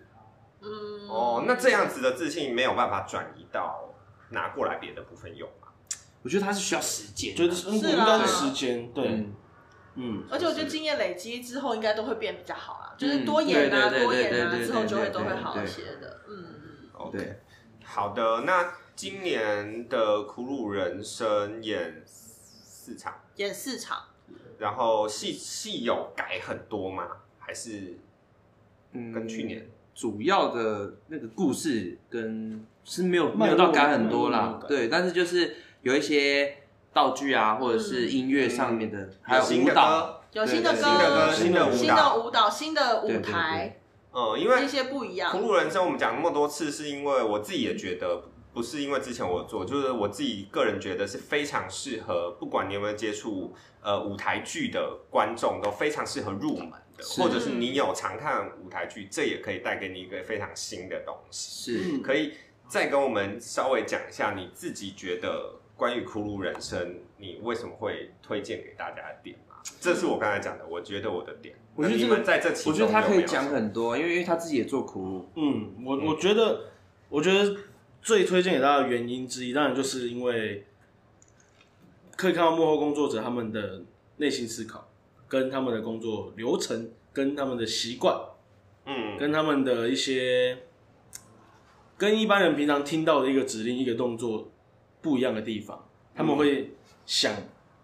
Speaker 1: 嗯，
Speaker 2: 哦，那这样子的自信没有办法转移到拿过来别的部分用嘛？
Speaker 3: 我觉得它是需要实践的、
Speaker 4: 就是应
Speaker 1: 是啊
Speaker 4: 该是时间，对，
Speaker 3: 嗯，
Speaker 4: 嗯，
Speaker 1: 而且我觉得经验累积之后，应该都会变比较好啦，就是多演啊、
Speaker 3: 嗯对对
Speaker 1: 多
Speaker 3: 对
Speaker 1: 演啊
Speaker 3: 对对
Speaker 1: 之后，
Speaker 3: 对
Speaker 1: 就会
Speaker 3: 对
Speaker 1: 都会
Speaker 3: 对
Speaker 1: 好一
Speaker 3: 对
Speaker 1: 些的。嗯，
Speaker 2: OK
Speaker 3: 对，
Speaker 2: 好的，那今年的苦鲁人生演四场，
Speaker 1: 演四场，
Speaker 2: 然后戏戏有改很多吗？还是
Speaker 3: 嗯
Speaker 2: 跟去年？
Speaker 3: 主要的那个故事跟是没有
Speaker 4: 脉
Speaker 3: 没
Speaker 4: 络
Speaker 3: 有到改很多
Speaker 4: 脉络没
Speaker 3: 啦
Speaker 4: 有，改
Speaker 3: 对，但是就是有一些道具啊，或者是音乐上面的，还有
Speaker 2: 嗯新
Speaker 3: 舞
Speaker 2: 的
Speaker 3: 蹈，
Speaker 2: 歌，
Speaker 1: 有
Speaker 3: 对
Speaker 1: 新的
Speaker 2: 新的歌，
Speaker 1: 歌、
Speaker 2: 新的舞
Speaker 1: 新的
Speaker 2: 蹈，
Speaker 1: 舞蹈、新的
Speaker 3: 对
Speaker 1: 舞
Speaker 3: 对对
Speaker 1: 台，
Speaker 2: 嗯，因为
Speaker 1: 这些不一
Speaker 2: 《
Speaker 1: 样
Speaker 2: 葫。芦人生》我们讲那么多次，是因为我自己也觉得，不是因为之前我做，就是我自己个人觉得是非常适合，不管你有没有接触呃舞台剧的观众，都非常适合入门的，
Speaker 3: 是
Speaker 2: 或者是你有常看舞台剧，这也可以带给你一个非常新的东西。
Speaker 3: 是
Speaker 2: 可以再跟我们稍微讲一下你自己觉得关于《骷髅人生》，你为什么会推荐给大家的点吗？这是我刚才讲的，我觉得我的点。
Speaker 3: 我觉得
Speaker 2: 那
Speaker 3: 这
Speaker 2: 你
Speaker 3: 个
Speaker 2: 们在这其
Speaker 3: 我
Speaker 2: 中
Speaker 3: 觉得他可
Speaker 2: 有没
Speaker 3: 以
Speaker 2: 有
Speaker 3: 讲
Speaker 2: 什么
Speaker 3: 很多，因为因为他自己也做苦路，
Speaker 4: 嗯，我我觉得，我觉得最推荐给大家的原因之一，当然就是因为可以看到幕后工作者他们的内心思考，跟他们的工作流程，跟他们的习惯，
Speaker 2: 嗯
Speaker 4: 跟他们的一些呃跟一般人平常听到的一个指令、一个动作不一样的地方，他们会想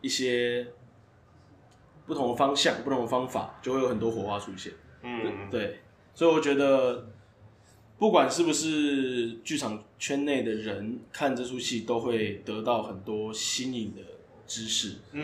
Speaker 4: 一些不同的方向、不同的方法，就会有很多火花出现。
Speaker 2: 嗯
Speaker 4: 对，所以我觉得，不管是不是剧场圈内的人看这出戏，都会得到很多新颖的知识。
Speaker 2: 嗯，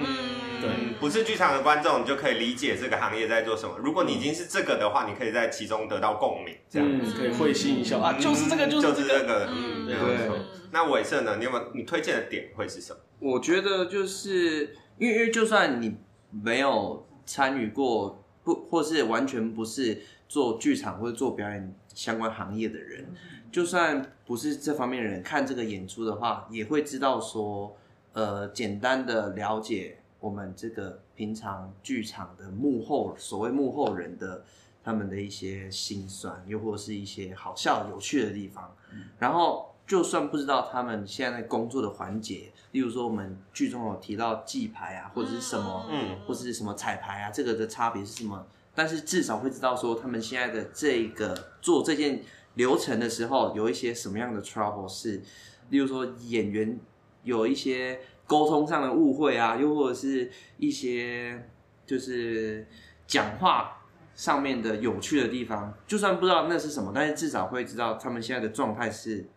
Speaker 1: 对
Speaker 2: 不是剧场的观众，你就可以理解这个行业在做什么。如果你已经是这个的话，你可以在其中得到共鸣，这样
Speaker 3: 嗯
Speaker 4: 可以会心一笑啊，
Speaker 2: 嗯
Speaker 4: 就是这个，
Speaker 2: 就是是
Speaker 4: 这
Speaker 2: 这
Speaker 4: 个。
Speaker 2: 个，
Speaker 1: 嗯
Speaker 2: 嗯，
Speaker 4: 对
Speaker 2: 没有错
Speaker 3: 对。
Speaker 2: 那伟盛呢？你有没有你推荐的点会是什么？
Speaker 3: 我觉得就是因为因为就算你没有参与过不或是完全不是做剧场或者做表演相关行业的人，就算不是这方面的人看这个演出的话，也会知道说，呃，简单的了解我们这个平常剧场的幕后所谓幕后人的他们的一些辛酸，又或是一些好笑有趣的地方。然后就算不知道他们现在工作的环节，例如说我们剧中有提到记牌啊，或者是什么，
Speaker 2: 嗯
Speaker 3: 或是什么彩排啊，这个的差别是什么？但是至少会知道说他们现在的这个做这件流程的时候有一些什么样的 trouble 是，例如说演员有一些沟通上的误会啊，又或者是一些就是讲话上面的有趣的地方，就算不知道那是什么，但是至少会知道他们现在的状态是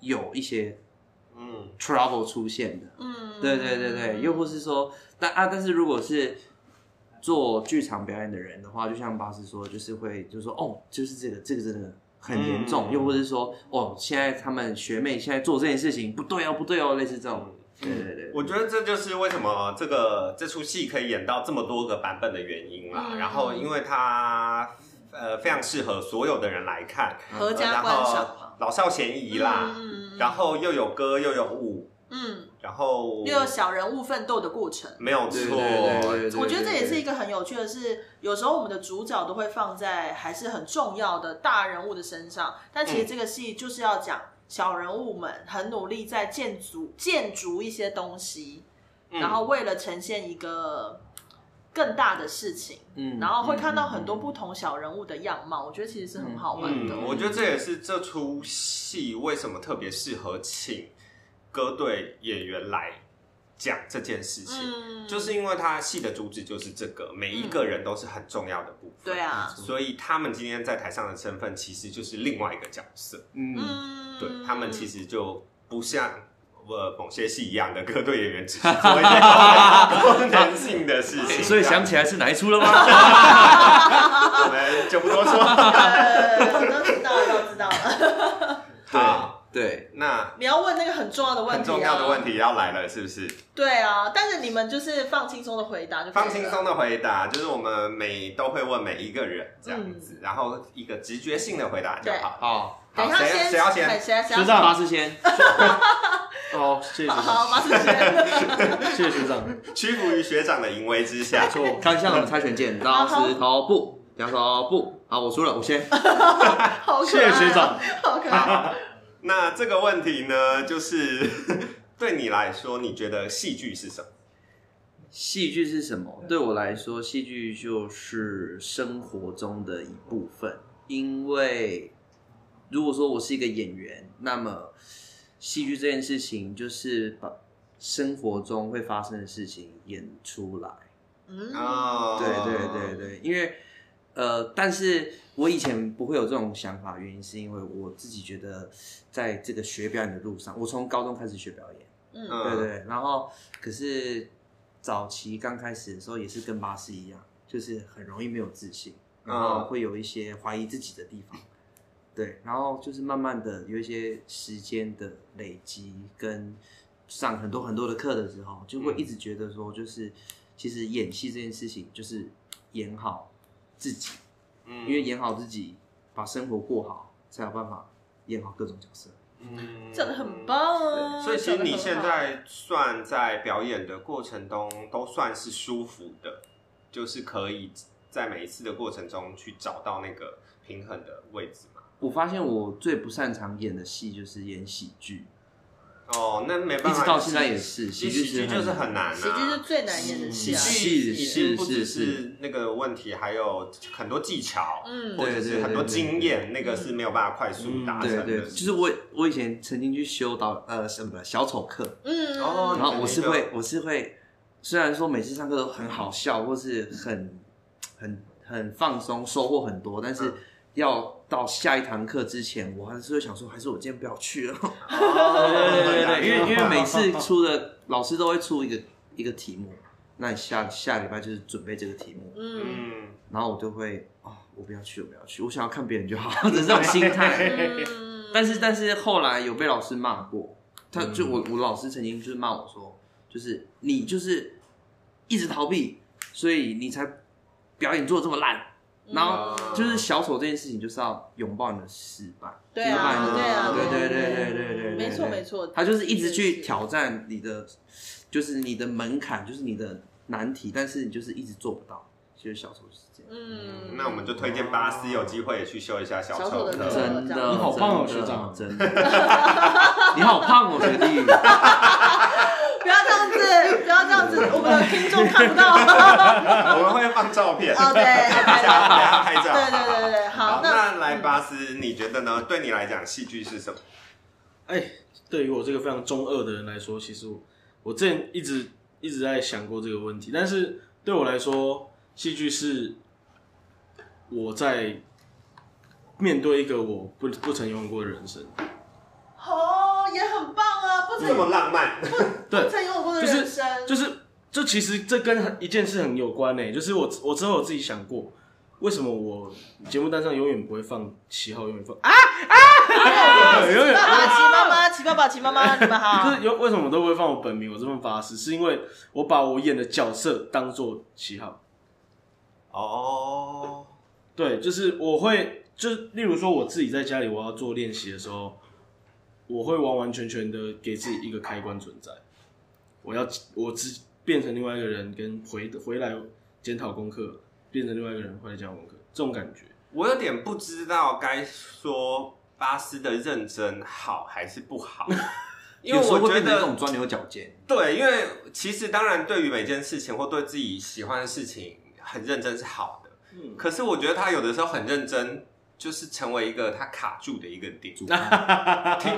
Speaker 3: 有一些
Speaker 2: 嗯
Speaker 3: trouble 出现的。
Speaker 1: 嗯，
Speaker 3: 对对对对，又或是说，但啊，但是如果是做剧场表演的人的话，就像巴斯说，就是会就说哦，就是这个这个真的很严重，
Speaker 2: 嗯
Speaker 3: 又或是说哦，现在他们学妹现在做这件事情不对哦，不对哦，类似这种，对对对，
Speaker 2: 我觉得这就是为什么这个这出戏可以演到这么多个版本的原因啦。
Speaker 1: 嗯
Speaker 2: 然后，因为它呃非常适合所有的人来看，
Speaker 1: 合家
Speaker 2: 然
Speaker 1: 观
Speaker 2: 后
Speaker 1: 赏嘛，
Speaker 2: 老少咸宜啦，
Speaker 1: 嗯，嗯嗯
Speaker 2: 然后又有歌又有舞，
Speaker 1: 嗯，
Speaker 2: 然后
Speaker 1: 又有小人物奋斗的过程。
Speaker 2: 没有
Speaker 3: 对
Speaker 2: 错，
Speaker 3: 对对对对
Speaker 1: 我觉得这也是一
Speaker 3: 个
Speaker 1: 个很有趣的是，有时候我们的主角都会放在还是很重要的大人物的身上，但
Speaker 2: 嗯
Speaker 1: 其实这个戏就是要讲小人物们很努力在建筑建筑一些东西，
Speaker 2: 嗯
Speaker 1: 然后为了呈现一个更大的事情，
Speaker 3: 嗯
Speaker 1: 然后会看到很多
Speaker 3: 嗯嗯
Speaker 1: 不同小人物的样貌，我觉得其实是很好玩的。
Speaker 2: 嗯，我觉得这也是这出戏为什么特别适合请歌队演员来讲这件事情，
Speaker 1: 嗯
Speaker 2: 就是因为他戏的主旨就是这个，每一个人都是很重要的部分。
Speaker 1: 对。啊，
Speaker 2: 所以他们今天在台上的身份其实就是另外一个角色，
Speaker 3: 嗯
Speaker 1: 嗯，
Speaker 2: 对他们其实就不像呃某些戏一样的歌队演员只
Speaker 1: *laughs*
Speaker 2: 是做一些功能性的事情，
Speaker 3: 嗯所以想起来是哪一出了吗？
Speaker 2: 我们就不多说。
Speaker 1: 呃，都知道了，都知道了。 *laughs*
Speaker 2: 好，
Speaker 3: *laughs* 对，
Speaker 2: 那
Speaker 1: 你要问那个很重要的问题、
Speaker 2: 很
Speaker 1: 啊，
Speaker 2: 重要的问题要来了，是不是？
Speaker 1: 对啊，但是你们就是放轻松的回答就可以了
Speaker 2: 放轻松。的回答，就是我们每都会问每一个人这样
Speaker 1: 嗯
Speaker 2: 子，然后一个直觉性的回答就好。
Speaker 3: 好，
Speaker 1: 等一
Speaker 2: 好
Speaker 1: 下
Speaker 2: 谁
Speaker 1: 先，哎
Speaker 2: 谁要先
Speaker 3: *laughs*
Speaker 1: 谁谁要
Speaker 3: 就
Speaker 1: 先
Speaker 3: 让巴斯先，
Speaker 4: 哦，谢谢学
Speaker 1: 好，
Speaker 4: 长，
Speaker 1: 马子轩，
Speaker 4: 谢谢学长，
Speaker 2: 屈服于学长的淫威
Speaker 1: *laughs*
Speaker 2: 之下。
Speaker 4: 错，
Speaker 3: 看一下我们猜拳键，刀石头布，两手布。好，我输了，我先。
Speaker 1: 好可
Speaker 4: *laughs* 谢
Speaker 1: 爱、啊
Speaker 4: 谢学长，，
Speaker 1: 好可爱。啊
Speaker 2: 那这个问题呢，就是 *laughs* 对你来说，你觉得戏剧是什么？
Speaker 3: 戏剧是什么？对我来说，戏剧就是生活中的一部分。因为如果说我是一个演员，那么戏剧这件事情就是把生活中会发生的事情演出来。
Speaker 1: 嗯，
Speaker 2: 哦，
Speaker 3: 对对对对，因为呃，但是我以前不会有这种想法，原因是因为我自己觉得，在这个学表演的路上，我从高中开始学表演，
Speaker 1: 嗯
Speaker 2: 嗯
Speaker 3: 对对。然后可是早期刚开始的时候，也是跟巴士一样，就是很容易没有自信，
Speaker 2: 嗯
Speaker 3: 然后会有一些怀疑自己的地方。对，然后就是慢慢的有一些时间的累积，跟上很多很多的课的时候，就会一直觉得说，就是、其实演戏这件事情，就是演好自己，
Speaker 2: 嗯，
Speaker 3: 因为演好自己，把生活过好，才有办法演好各种角色。
Speaker 2: 嗯
Speaker 1: 讲的很。棒啊！
Speaker 2: 对所
Speaker 1: 讲
Speaker 2: 以其
Speaker 1: 得
Speaker 2: 实
Speaker 1: 很
Speaker 2: 你现
Speaker 1: 好
Speaker 2: 在算在表演的过程中都算是舒服的，就是可以在每一次的过程中去找到那个平衡的位置嘛。
Speaker 3: 我发现我最不擅长演的戏就是演喜剧，
Speaker 2: 哦，那没办
Speaker 3: 一
Speaker 2: 法，
Speaker 3: 直到现在也是
Speaker 2: 喜剧
Speaker 3: 喜剧
Speaker 2: 喜剧
Speaker 3: 是
Speaker 2: 就是
Speaker 3: 很嗯
Speaker 2: 很难啊，
Speaker 1: 喜剧是最难演的戏啊。
Speaker 3: 喜
Speaker 2: 戏
Speaker 3: 是
Speaker 2: 已经不只
Speaker 3: 是是
Speaker 2: 是那个问题，还有很多技巧，
Speaker 1: 嗯
Speaker 2: 或者
Speaker 3: 对
Speaker 2: 是
Speaker 3: 对
Speaker 2: 很多
Speaker 3: 对对嗯
Speaker 2: 经验，那个是没有办法快速达成
Speaker 3: 对对，
Speaker 2: 的。
Speaker 3: 就是我我以前曾经去修导呃什么小丑课，
Speaker 1: 嗯，
Speaker 2: 哦
Speaker 3: 然后我是会我是会，虽然说每次上课都很好笑或是很很很放松，收获很多，但是
Speaker 2: 嗯
Speaker 3: 要到下一堂课之前，我还是会想说，还是我今天不要去了。对对
Speaker 2: 哦
Speaker 3: 对，因为因为每 *laughs* 次出的老师都会出一个一个题目，那你下下礼拜就是准备这个题目，
Speaker 1: 嗯，
Speaker 2: 嗯，
Speaker 3: 然后我就会哦，我不要去，我不要去，我想要看别人就好 *laughs* 的这种心态。
Speaker 1: 嗯
Speaker 3: *laughs* 但是但是后来有被老师骂过，他就我我老师曾经就是骂我说，就是你就是一直逃避，所以你才表演做的这么烂。然后
Speaker 2: 嗯
Speaker 3: 哦就是小丑这件事情，就是要拥抱你的失败，
Speaker 1: 对啊
Speaker 3: 拥抱你的
Speaker 1: 对啊
Speaker 3: 嗯对对
Speaker 1: 对啊
Speaker 3: 对对对对对，
Speaker 1: 没错
Speaker 3: 对
Speaker 1: 没错，
Speaker 3: 他就是一直去挑战你的，就是你的门槛，就是你的难题，但是你就是一直做不到。其实小丑就是这样，
Speaker 1: 嗯，
Speaker 2: 那我们就推荐巴斯有机会也去修一下小
Speaker 1: 小丑
Speaker 2: 丑
Speaker 1: 的
Speaker 2: 课。
Speaker 1: 课
Speaker 3: 真的，
Speaker 4: 你好棒哦
Speaker 3: 真的
Speaker 4: 学长
Speaker 3: 真的， *laughs* 你好胖哦，学弟，
Speaker 1: 不要这样子，不要这样子，我们的听众看不
Speaker 2: *laughs*
Speaker 1: 到。
Speaker 2: 我们会放照片，
Speaker 1: 哦，对，
Speaker 2: 大家大家拍照。
Speaker 1: 对对对对好
Speaker 2: 好，
Speaker 1: 那
Speaker 2: 那来巴斯，你觉得呢？对你来讲，戏剧是什么？
Speaker 4: 哎，对于我这个非常中二的人来说，其实我我之前一直一直在想过这个问题，但是对我来说，戏剧是我在面对一个我不不曾拥有过的人生，
Speaker 1: 哦，也很棒啊，不
Speaker 2: 这
Speaker 1: 曾
Speaker 2: 么浪漫，
Speaker 4: 对
Speaker 1: 不，曾有过的
Speaker 4: 就是
Speaker 1: 人生，
Speaker 4: 就是这其实这跟一件事很有关呢、就是我我之后有自己想过，为什么我节目单上永远不会放七号，永远放啊啊，永远
Speaker 1: 爸爸骑妈妈，骑爸爸骑妈妈，你们
Speaker 4: 就
Speaker 1: 好
Speaker 4: 是。有为什么我都不会放我本名，我这份发誓，是因为我把我演的角色当做七号。
Speaker 2: 哦，
Speaker 4: 对，就是我会，就是例如说我自己在家里我要做练习的时候，我会完完全全的给自己一个开关存在。我要我自变成另外一个人，跟回回来检讨功课，变成另外一个人回来检讨功课，这种感觉。
Speaker 2: 我有点不知道该说巴斯的认真好还是不
Speaker 3: *laughs*
Speaker 2: 好，因为
Speaker 3: 有时候
Speaker 2: 我
Speaker 3: 会
Speaker 2: 觉
Speaker 3: 变成那
Speaker 2: 得
Speaker 3: 种钻牛角尖。
Speaker 2: 对，因为其实当然对于每件事情或对自己喜欢的事情很认真是好的，
Speaker 4: 嗯，
Speaker 2: 可是我觉得他有的时候很认真，就是成为一个他卡住的一个
Speaker 3: *laughs*
Speaker 2: 点。听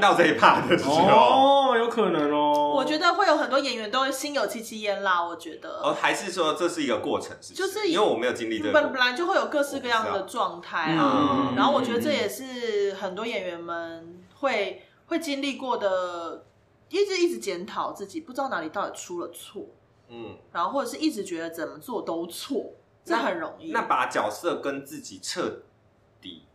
Speaker 2: 到这一 part 的时候，
Speaker 4: 哦，有可能哦。
Speaker 1: 我觉得会有很多演员都心有戚戚焉啦，我觉
Speaker 2: 哦，
Speaker 1: 得，
Speaker 2: 还是说这是一个过程，是不是？
Speaker 1: 就是
Speaker 2: 因为我没有经历这
Speaker 1: 本
Speaker 2: 个
Speaker 1: 本
Speaker 2: 过
Speaker 1: 来就会有各式各样
Speaker 2: 我
Speaker 1: 的
Speaker 2: 知道
Speaker 1: 状态啊。
Speaker 2: 嗯
Speaker 1: 然后我觉得这也是很多演员们会会经历过的，一直一直检讨自己，不知道哪里到底出了错，
Speaker 2: 嗯，
Speaker 1: 然后或者是一直觉得怎么做都错，这很容
Speaker 3: 嗯
Speaker 1: 易。
Speaker 2: 那把角色跟自己彻底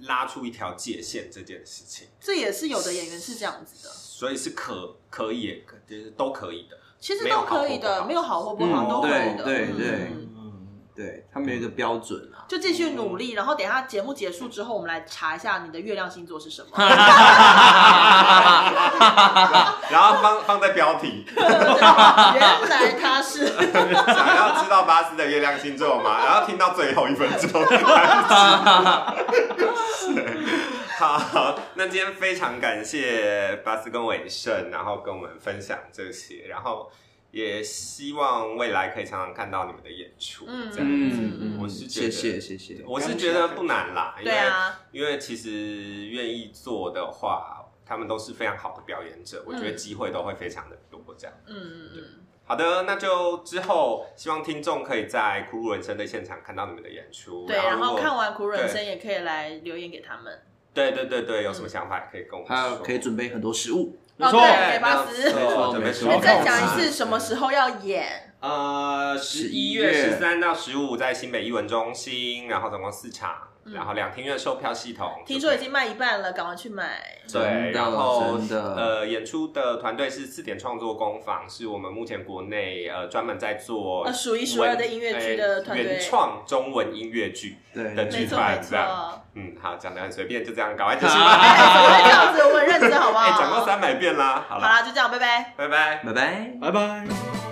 Speaker 2: 拉出一条界限这件事情，
Speaker 1: 这也是有的演员是这样子的，
Speaker 2: 所以是可可以也可就是都可以的。
Speaker 1: 其实都可以的，
Speaker 2: 没
Speaker 1: 没
Speaker 2: 有
Speaker 1: 有
Speaker 2: 好
Speaker 1: 好
Speaker 2: 或
Speaker 1: 或
Speaker 2: 不
Speaker 1: 不
Speaker 2: 好
Speaker 1: 好都会的，
Speaker 3: 嗯对
Speaker 1: 嗯
Speaker 3: 对对
Speaker 1: 嗯
Speaker 4: 嗯， *laughs*
Speaker 3: 对他们有一个标准啊，
Speaker 1: 就继续努力，然后等一下节目结束之后，我们来查一下你的月亮星座是什么。
Speaker 2: *laughs* 然后放放在标题，
Speaker 1: 原来他是嗯
Speaker 2: 想要知道巴斯的月亮星座吗？然后听到最后一分钟。 *laughs* 好，那今天非常感谢巴斯跟伟盛，然后跟我们分享这些，然后也希望未来可以常常看到你们的演出。
Speaker 1: 嗯
Speaker 2: 这样
Speaker 3: 嗯嗯，
Speaker 2: 我是觉
Speaker 3: 谢
Speaker 2: 得
Speaker 3: 谢谢谢，
Speaker 2: 我是觉得不难啦，因为
Speaker 1: 对啊，
Speaker 2: 因为其实愿意做的话，他们都是非常好的表演者，我觉得机会都会非常的多这样。
Speaker 1: 嗯嗯嗯，
Speaker 2: 好的，那就之后希望听众可以在《苦鲁人生》的现场看到你们的演出，
Speaker 1: 对，
Speaker 2: 然
Speaker 1: 然
Speaker 2: 后
Speaker 1: 后
Speaker 2: 如果
Speaker 1: 看完《苦人生
Speaker 2: 对》
Speaker 1: 也可以来留言给他们。
Speaker 2: 对对对对，有什么想法也可以跟我们
Speaker 3: 还有
Speaker 2: 说，
Speaker 3: 可以准备很多食物，
Speaker 4: 没
Speaker 1: 哦，
Speaker 4: 错
Speaker 1: 对，给巴斯。
Speaker 2: 没错，准备
Speaker 3: 没
Speaker 2: 十
Speaker 3: 错
Speaker 2: 五
Speaker 1: 你
Speaker 4: 没错
Speaker 1: 再讲一次什么时候要演？
Speaker 2: 呃，十一月十三到十五在新北艺文中心，然后总共四场，
Speaker 1: 嗯
Speaker 2: 然后两厅院售票系统，
Speaker 1: 听说已经卖一半了，赶快去买。
Speaker 2: 对，
Speaker 3: 真的
Speaker 2: 然后
Speaker 3: 真的
Speaker 2: 呃，演出的团队是四点创作工坊，是我们目前国内呃专门在做
Speaker 1: 呃数一数二的音乐剧的
Speaker 2: 文
Speaker 1: 团队
Speaker 2: 原创中文音乐剧。
Speaker 3: 对
Speaker 2: 的
Speaker 1: 没
Speaker 2: 剧
Speaker 1: 错
Speaker 2: 团
Speaker 1: 没
Speaker 2: 这
Speaker 1: 错，
Speaker 2: 样，嗯，好，讲的很随便，就这样，赶快结束
Speaker 1: 哎，
Speaker 2: 吧。
Speaker 1: *laughs* 怎么会这样子？我们很认真好不
Speaker 2: 哎，
Speaker 1: 好？
Speaker 2: 讲过三百遍啦，好
Speaker 1: 好
Speaker 2: 了，
Speaker 1: 啦，就这样，拜拜。
Speaker 2: 拜拜。
Speaker 3: 拜拜。
Speaker 4: 拜拜。